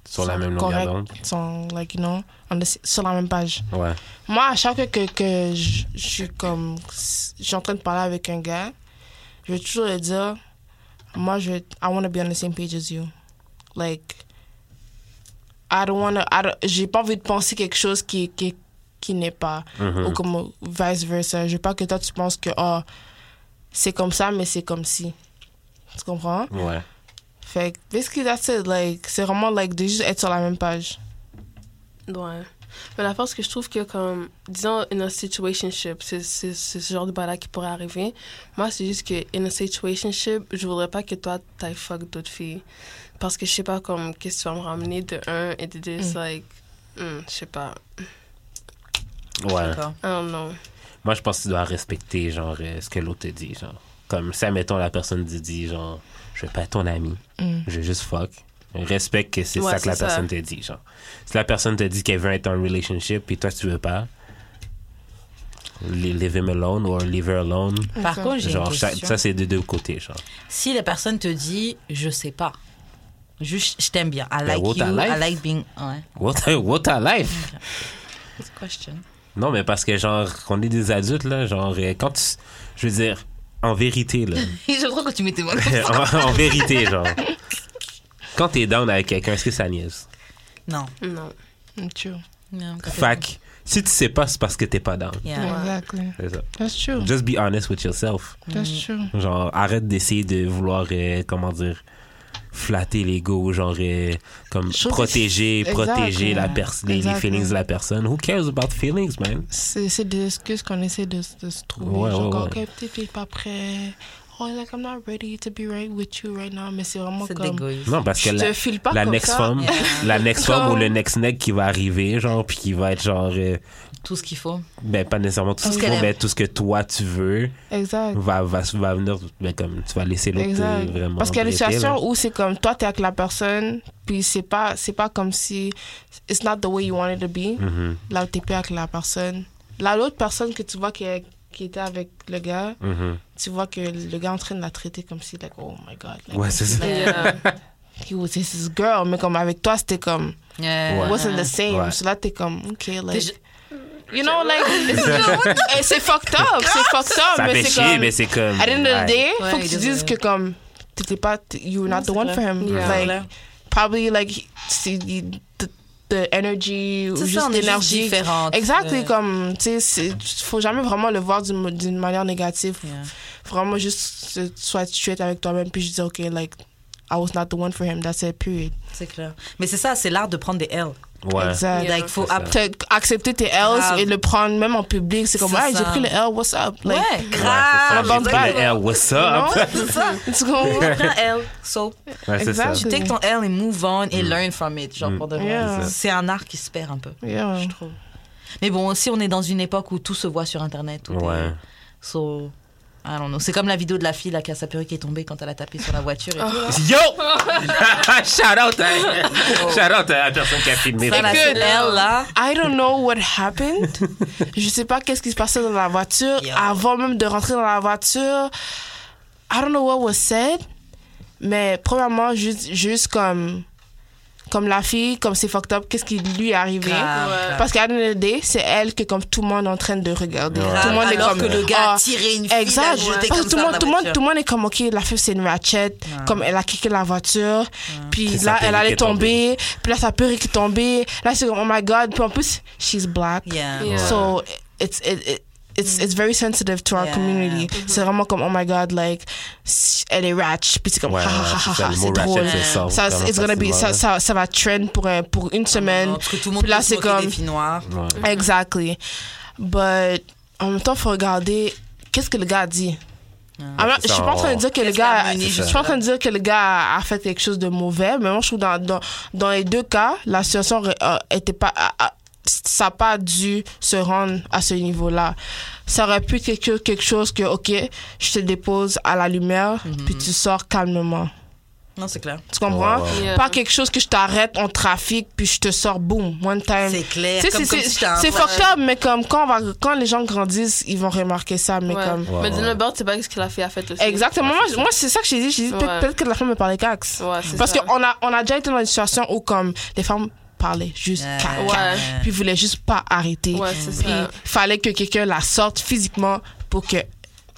C: Sur
D: sont
C: la même longueur d'onde.
D: sont, like, you know, on the s- sur la même page.
C: Ouais.
D: Moi, à chaque fois que, que je, je suis comme. Je suis en train de parler avec un gars, je vais toujours lui dire, moi, je, I want to be on the same page as you. Like, I don't want to, j'ai pas envie de penser quelque chose qui, qui, qui n'est pas, ou comme vice versa. Je veux pas que toi, tu penses que, oh, c'est comme ça, mais c'est comme si. Tu comprends?
C: Ouais.
D: Fait que, basically, that's it. Like, c'est vraiment, like, de juste être sur la même page.
E: Ouais. Mais la force que je trouve que, comme, disons, in a situationship, c'est c'est- c'est ce genre de bail qui pourrait arriver. Moi, c'est juste que, in a situationship, je voudrais pas que toi, t'ailles fuck d'autres filles. Parce que je sais pas, comme, qu'est-ce que tu vas me ramener de un et de
D: Mm.
E: deux, c'est like, hmm, je sais pas.
C: Ouais.
B: D'accord.
E: I don't know.
C: Moi, je pense que tu dois respecter, genre, euh, ce que l'autre te dit, genre. Comme ça, mettons, la personne te dit, genre, je veux pas être ton ami, je veux juste fuck. Respecte que c'est
E: Ouais,
C: ça que la
E: c'est ça.
C: personne te dit, genre. Si la personne te dit qu'elle veut être en relationship, puis toi, tu veux pas, li- leave him alone or leave her alone.
B: Par contre, Ah, j'ai une
C: Genre, ça,
B: question.
C: ça, c'est de deux côtés, genre.
B: Si la personne te dit, je sais pas, juste, je t'aime bien. I like
C: what I
B: you,
C: like.
B: I like being. Ouais.
C: What, a- what a life!
B: Good question.
C: Non, mais parce que, genre, qu'on est des adultes, là, genre, euh, quand tu. Je veux dire, en vérité, là.
B: je crois que tu m'étais mal.
C: en, en vérité, genre. Quand t'es down avec quelqu'un, est-ce que ça niaise?
B: non.
E: Non.
D: True.
B: Non, quand t'es-
C: Fac. Si tu sais pas, c'est parce que t'es pas down.
B: Yeah.
D: Exactly.
C: C'est ça.
D: That's true.
C: Just be honest with yourself.
D: That's true.
C: Genre, arrête d'essayer de vouloir, euh, comment dire, flatter l'ego, genre, euh, comme
D: Je trouve que
C: protéger,
D: c'est-
C: protéger
D: Exact,
C: la
D: ouais.
C: personne, les, les
D: Exact,
C: feelings
D: ouais.
C: de la personne. Who cares about feelings, man?
D: C'est c'est des excuses qu'on essaie de, de se trouver.
C: Ouais,
D: genre,
C: ouais,
D: comme,
C: ouais.
D: ok, peut-être qu'il est pas prêt. Oh, like, I'm not ready to be right with you right now. Mais c'est vraiment
B: C'est
D: comme.
B: d'égoïsme.
C: Non, parce que
D: Je
C: la,
D: te file pas
C: la
D: comme
C: next
D: ça.
C: femme,
B: Yeah.
C: la next femme ou
D: Comme-
C: le next neck qui va arriver, genre, puis qui va être genre, euh,
B: Tout ce qu'il faut.
C: ben, pas nécessairement tout
B: Tout
C: ce
B: ce
C: qu'il faut,
B: qu'elle
C: mais
B: aime.
C: tout ce que toi tu veux.
D: Exact.
C: va, va, va venir, mais comme tu vas laisser l'autre
D: Exact.
C: euh, vraiment. hein.
D: Parce qu'il y a des
C: traiter, là.
D: situations où c'est comme toi, t'es avec la personne, puis c'est pas, c'est pas comme si. It's not the way you wanted to be.
C: Mhm,
D: Là, t'es plus avec la personne. Là, l'autre personne que tu vois qui, est- qui était avec le gars,
C: mhm.
D: tu vois que le gars est en train de la traiter comme si, like, oh my god. Like,
C: Ouais, c'est ça.
E: Yeah.
D: he was his girl. Mais comme avec toi, c'était comme.
B: Yeah.
C: Ouais.
D: It wasn't the same.
C: Ouais.
D: So là, t'es comme, OK,
B: T'es
D: like.
B: ju-
D: You know, like. it's- eh, c'est fucked up. C'est fucked up.
C: Ça
D: mais
C: fait
D: c'est
C: chier,
D: comme.
C: mais c'est comme.
D: At the end of the
C: ouais.
D: day,
B: Ouais,
D: faut
B: il
D: que tu
B: est
D: dises que
B: vrai.
D: comme. T'étais pas. t- You're not the one for him. Like,
E: Yeah.
B: Voilà.
D: probably, like, he- c'est. il- The, the energy. ou
B: C'est ça,
D: juste
B: on est juste
D: l'énergie.
B: différentes.
D: Exactly,
B: Euh,
D: comme, tu sais, c'est- faut jamais vraiment le voir d'une d'une manière négative.
B: yeah.
D: Vraiment, juste, se- soit tu es avec toi-même, puis je dis, OK, like, I was not the one for him, that's it, period.
B: C'est clair. Mais c'est ça, c'est l'art de prendre des L.
C: Ouais.
D: Exact.
E: Yeah.
B: Like, faut
C: C'est ça.
B: app-
D: T'as accepté tes L's
B: Grave.
D: et le prendre même en public. C'est comme,
B: C'est
D: ah, j'ai
B: ça.
D: pris le L, what's up? Like,
B: ouais,
C: Ouais,
D: Ah,
C: c'est ça,
B: grave.
C: j'ai pris
D: balle.
C: le L, what's up?
D: Non?
B: C'est ça.
D: Tu comprends?
B: Prends L. So,
C: hein. Ouais, c'est ça.
D: Exact.
B: tu take ton L et move on
D: Mm.
B: et learn from it. Genre, pour de vrai.
D: Yeah.
B: C'est un art qui se perd un peu,
D: Yeah.
B: je trouve. Mais bon, aussi, on est dans une époque où tout se voit sur Internet. tout est-
C: Ouais.
B: So, I don't know. C'est comme la vidéo de la fille, là, qui a sa perruque qui est tombée quand elle a tapé sur la voiture
D: Oh,
B: et tout.
C: Yo! Shout out à, shout out à la personne qui a filmé.
B: Ça, là,
D: Écoute.
B: c'est elle, là.
D: I don't know what happened. Je sais pas qu'est-ce qui se passait dans la voiture.
B: Yo.
D: Avant même de rentrer dans la voiture, I don't know what was said. Mais premièrement, juste, juste comme, comme la fille, comme c'est fucked up, qu'est-ce qui lui est arrivé.
B: Grave,
E: Ouais.
B: grave.
D: Parce qu'à l'année c'est elle que comme tout le monde est en train de regarder.
C: Ouais.
D: Tout le monde est
B: Alors
D: comme
B: que le gars
D: Ah,
B: a tiré une fille, hein. l'a
D: Exact.
B: jetée comme
D: Parce que Oh, tout
B: ça dans
D: le monde,
B: la
D: tout le monde,
B: voiture.
D: tout le monde est comme, OK, la fille, c'est une ratchet. Comme elle a kické la voiture. Puis
C: Puis
D: là,
C: sa
D: elle
C: perruque est
D: allait tomber. Puis là, sa perruque est tombée. Là, c'est comme, oh my God. Puis en plus, she's black.
B: Yeah.
E: Yeah.
D: So, it's, it, it- it's, it's very sensitive to our
B: Yeah. Mm-hmm.
D: community. C'est vraiment comme, oh my God, like, elle est ratch. Puis c'est comme,
C: Ouais,
D: ha, ha,
C: ouais,
D: ha,
C: c'est
D: ha,
C: ça, le
D: c'est
C: mot
D: drôle.
C: ratchet, c'est ça.
D: Ça,
C: Comment
D: it's gonna
C: se
D: be-
C: voit,
D: ça,
C: là?
D: ça, ça va trend pour, un- pour une semaine.
B: Ah, Non, parce que tout le monde
D: Puis là,
B: peut se
D: c'est
B: moquer
D: comme,
B: des filles noires.
C: Ouais.
D: Exactly. But en même temps, faut regarder qu'est-ce que le gars a dit. Ah, mais
C: C'est
D: je suis
C: ça,
D: pas en train
C: on-
D: de dire que le
B: Qu'est-ce qu'il a
D: gars,
B: mené
D: je suis
B: jusque-là.
D: pas en train de dire que le gars a- a fait quelque chose de mauvais, mais moi je trouve dans dans, dans les deux cas, la situation euh, était pas a- a- ça n'a pas dû se rendre à ce niveau-là. Ça aurait pu être quelque chose, quelque chose que, OK, je te dépose à la lumière, puis tu sors calmement.
B: Non, c'est clair.
D: Tu comprends?
C: Ouais, ouais,
E: ouais.
D: Pas quelque chose que je t'arrête en trafic, puis je te sors, boum, one time.
B: C'est clair.
D: Tu sais,
B: Comme-
D: c'est-
B: comme
D: c'est
B: si j'étais un
D: c'est
B: enfant.
D: fucked up, mais comme quand, on va, quand les gens grandissent, ils vont remarquer ça, mais
E: Ouais.
D: comme.
C: Ouais,
E: Mais
C: ouais.
E: d'une part, c'est pas ce qu'il a fait à fête aussi.
D: Exactement. Moi, je- moi c'est ça que j'ai dit. J'ai dit peut-être
E: Ouais.
D: peut-être que la femme me parlait cax.
E: Ouais, c'est
D: Parce
E: ça.
D: qu'on a, on a déjà été dans une situation où, comme, les femmes parlaient juste
B: Ouais.
D: caca,
E: Ouais.
D: puis voulaient juste pas arrêter.
E: Ouais, c'est
D: Puis,
E: ça.
D: fallait que quelqu'un la sorte physiquement pour que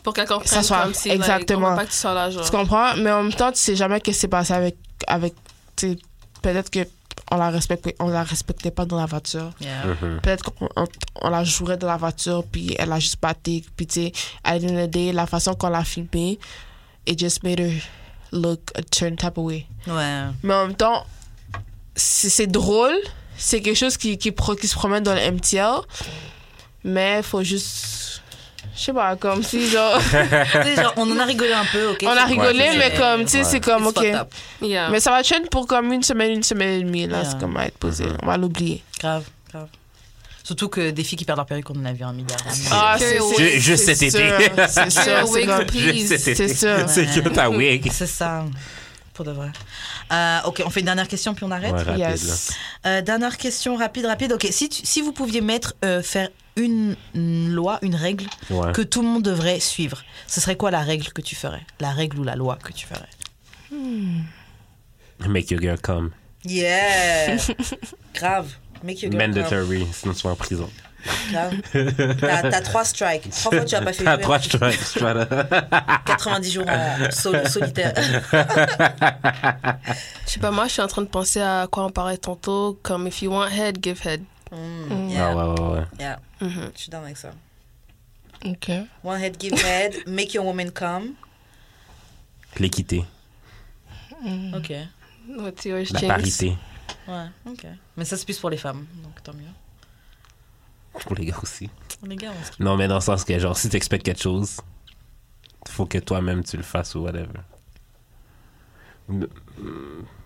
E: pour qu'elle comprenne
D: Ça soit-
E: comme si,
D: exactement.
E: Like, on veut pas que tu sois là, genre.
D: Tu comprends? Mais en même temps, tu sais jamais qu'est-ce qui s'est passé avec. avec tu sais, peut-être que on la respectait, on la respectait pas dans la voiture.
B: Yeah.
D: Peut-être qu'on on- on la jouerait dans la voiture, puis elle a juste pâté. Puis tu sais, à the end of the day, la façon qu'on l'a filmée, it just made her look a turn type away.
B: Ouais.
D: Mais en même temps, c'est c'est drôle. C'est quelque chose qui, qui, pro- qui se promène dans le MTL. Mais faut juste. Je sais pas, comme si genre.
B: Tu sais, genre, on en a rigolé un peu, ok?
D: on a rigolé,
C: c'est
D: mais
C: ça.
D: comme, tu sais, c'est comme,
B: It's
D: ok.
B: fucked up.
E: Yeah.
D: Mais ça va chaîne pour comme une semaine, une semaine et demie. Là,
B: Yeah.
D: c'est comme à être posé. On va l'oublier.
B: Grave, grave. Surtout que des filles qui perdent leur perruque, on en a vu un milliard.
D: Ah, c'est
C: Ju- juste
D: c'est
C: cet
D: sûr,
C: été.
D: C'est sûr,
E: Your
D: c'est
E: wig,
D: comme.
E: please.
C: Juste cet
D: c'est
C: été.
D: sûr.
C: Secure ta wig.
B: C'est ça, pour de vrai. Euh, ok, on fait une dernière question puis on arrête.
C: Ouais, rapide,
D: Yes.
B: Euh, dernière question rapide, rapide. Ok, si, tu- si vous pouviez mettre, euh, faire une, une loi, une règle
C: là. Ouais.
B: que tout le monde devrait suivre, ce serait quoi la règle que tu ferais La règle ou la loi que tu ferais
C: Make your girl come.
B: Yeah Grave. Make your girl
C: Mandatory, sinon tu vas en prison.
B: come. Grave. T'as t'as trois strikes. Trois fois tu as pas fait
C: T'as
B: de-
C: trois strikes, tu vas là.
B: 90 jours en sol- solitaire.
E: Je sais pas, moi, je suis en train de penser à quoi on parlait tantôt, comme if you want head, give head.
B: Mm,
C: Ah
B: yeah,
C: ouais, ouais, ouais.
B: yeah.
E: Mhm.
B: Je suis d'accord avec ça.
D: Ok.
B: One head, give head. Make your woman come.
C: L'équité,
B: Ok.
E: What's yours,
C: la
E: James?
C: parité.
B: Ouais, ok. Mais ça, c'est plus pour les femmes, donc tant mieux.
C: Pour les gars aussi.
B: Pour les gars, on se
C: Non, mais dans le sens que, genre, si t'expectes quelque chose, faut que toi-même tu le fasses ou whatever. Mm,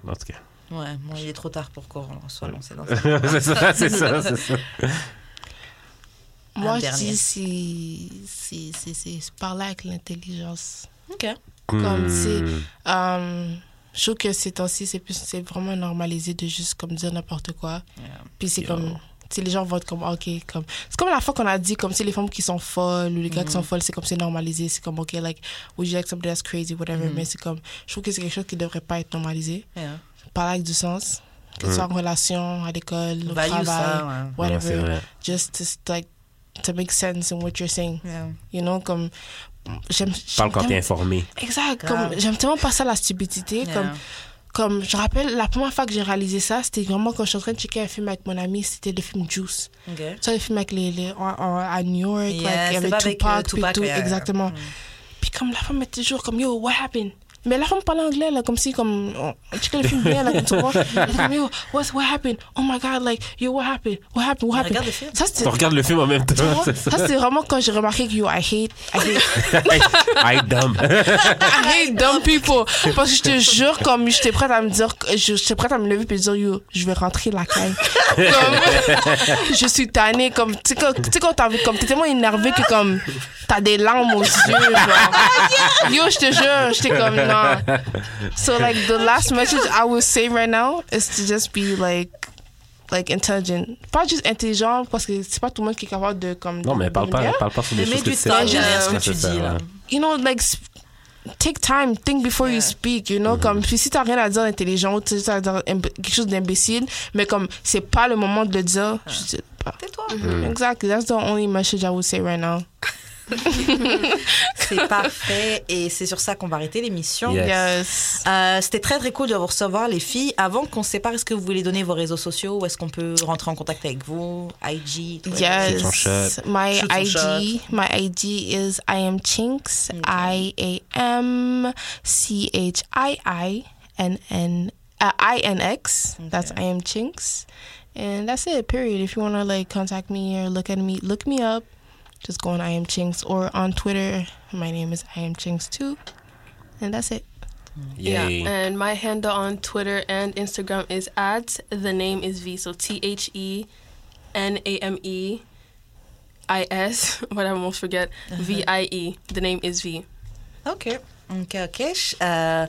C: En tout cas.
B: Ouais, bon, il est trop tard pour qu'on soit lancé dans ça.
C: c'est ça, c'est ça, c'est ça.
D: Moi,
B: Un
D: je
B: dernier.
D: dis si- si- si- si- c'est parler avec l'intelligence.
B: Ok.
D: Comme c'est-
C: Hmm.
D: Euh, je trouve que ces temps-ci, c'est plus- c'est vraiment normalisé de juste comme dire n'importe quoi. Puis c'est comme. tu sais, les gens vont être comme, ah, ok, comme. C'est comme la fois qu'on a dit, comme si les femmes qui sont folles ou les
B: Hmm.
D: gars qui sont folles, c'est comme c'est normalisé, c'est comme, ok, like, would you like something that's crazy, whatever.
B: Hmm.
D: Mais c'est comme, je trouve que c'est quelque chose qui devrait pas être normalisé.
B: Yeah.
D: Parler avec du sens, que ce soit en relation, à l'école, au
B: Value
D: travail,
B: ça,
C: ouais. Ouais, Hmm. c'est
D: whatever.
C: vrai.
D: just, just, like, to make sense in what you're saying.
B: Yeah.
D: You know, comme. J'aime.
C: Parle quand
D: j'aime
C: t'es informé.
D: Exact.
B: Grave.
D: Comme j'aime tellement pas ça la stupidité.
B: Yeah.
D: Comme comme je rappelle la première fois que j'ai réalisé ça, c'était vraiment quand je suis en train de checker un film avec mon ami, c'était le film Juice.
B: Ok.
D: Tu vois, le film avec les, les- en- en- à New York,
B: Yeah,
D: like, il y
B: c'est
D: avait
B: pas
D: Tupac,
B: avec, euh,
D: puis
B: Tupac, Mm.
D: tout,
B: ouais, ouais.
D: exactement. Puis comme la femme était toujours comme yo, what happened? Mais la femme parlait anglais là, comme si comme on on checkait le film bien là, comme tu vois. Elle était comme yo, what's what happened? Oh my God, like yo, what happened? What happened? What
B: Mais
D: happened?
B: regarde le film.
D: Ça c'était
C: Tu regardes le film en même temps.
D: vraiment-
C: c'est ça.
D: ça, c'était vraiment quand j'ai remarqué que yo, I hate, I hate
C: I dumb.
D: I hate dumb people. Parce que je te jure, comme j'étais prête à me dire, que- je- j'étais prête à me lever et dire, yo, je vais rentrer la caille. Comme, je suis tannée. Comme, tu sais, quand- tu sais, quand t'as envie- comme, t'es tellement énervée que, comme, t'as des larmes aux yeux, genre. Yo, je te jure, j'étais comme, non. So, like, the last message I would say right now is to just be, like, like intelligent. Pas juste intelligent, parce que c'est pas tout le monde qui est capable de, comme.
C: Non, mais
D: de-
C: parle
D: Yeah.
C: pas, parle pas sur des
B: Mais
C: choses
B: mets
C: que
B: du
C: tu sais.
B: temps
C: pas.
B: derrière ce
C: Ouais,
B: que tu
C: c'est ça,
B: dis, là.
C: ouais.
D: you know, like, sp- take time, think before you
B: Yeah.
D: speak, you know, comme, puis si t'as rien à dire d'intelligent, ou si t'as à dire imb- quelque chose d'imbécile, mais comme, c'est pas le moment de le dire, je sais pas.
B: Tais-toi.
D: Exactly, that's the only message I would say right now.
B: C'est parfait. Et c'est sur ça qu'on va arrêter l'émission.
C: Yes.
D: Yes.
B: Euh, C'était très très cool de vous recevoir les filles. Avant qu'on se sépare, est-ce que vous voulez donner vos réseaux sociaux ou est-ce qu'on peut rentrer en contact avec vous IG Twitter
C: Shoot your
D: Yes.
C: shot.
D: My
B: Shoot your
D: ID, my ID is I am Chinks, I A M C H I I N N uh, I N X. That's I am Chinks, and that's it. Period. If you want to like contact me or look at me, look me up. Just go on I am Chinks or on Twitter. My name is I am Chinks too, and that's it.
E: Yeah.
C: Yay.
E: And my handle on Twitter and Instagram is at the name is V. So T H E N A M E I S. What I almost forget. V I E. The name is V.
B: Ok. Ok, ok. Euh,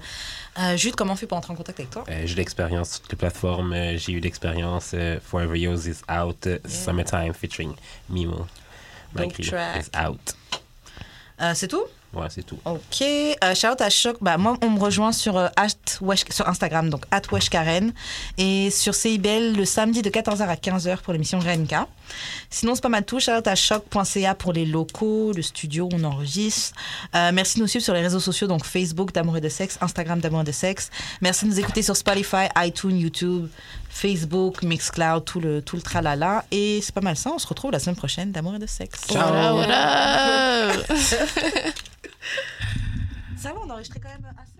B: euh, Jude, comment on fait pour entrer en contact avec toi
C: Euh, j'ai de l'expérience sur toutes les plateformes. euh, j'ai eu de l'expérience. euh, Forever Yours is out. euh, Summertime featuring Mimo.
B: Dope
C: Malgré
B: track.
C: is out.
B: Euh, C'est tout
C: Ouais, c'est tout.
B: Ok, euh, shout out à Choc. Bah, moi, on me rejoint sur, euh, at Wesh- sur Instagram, donc at Wesh Karen. Et sur CIBL le samedi de 14h à 15h pour l'émission Renka. Sinon, c'est pas mal tout. Shout out à choc.ca pour les locaux, le studio où on enregistre. Euh, merci de nous suivre sur les réseaux sociaux, donc Facebook d'Amour et de Sexe, Instagram d'Amour et de Sexe. Merci de nous écouter sur Spotify, iTunes, YouTube, Facebook, Mixcloud, tout le, tout le tralala. Et c'est pas mal ça. On se retrouve la semaine prochaine d'Amour et de Sexe.
D: Voilà, voilà.
B: Ça va, on enregistrait quand même assez.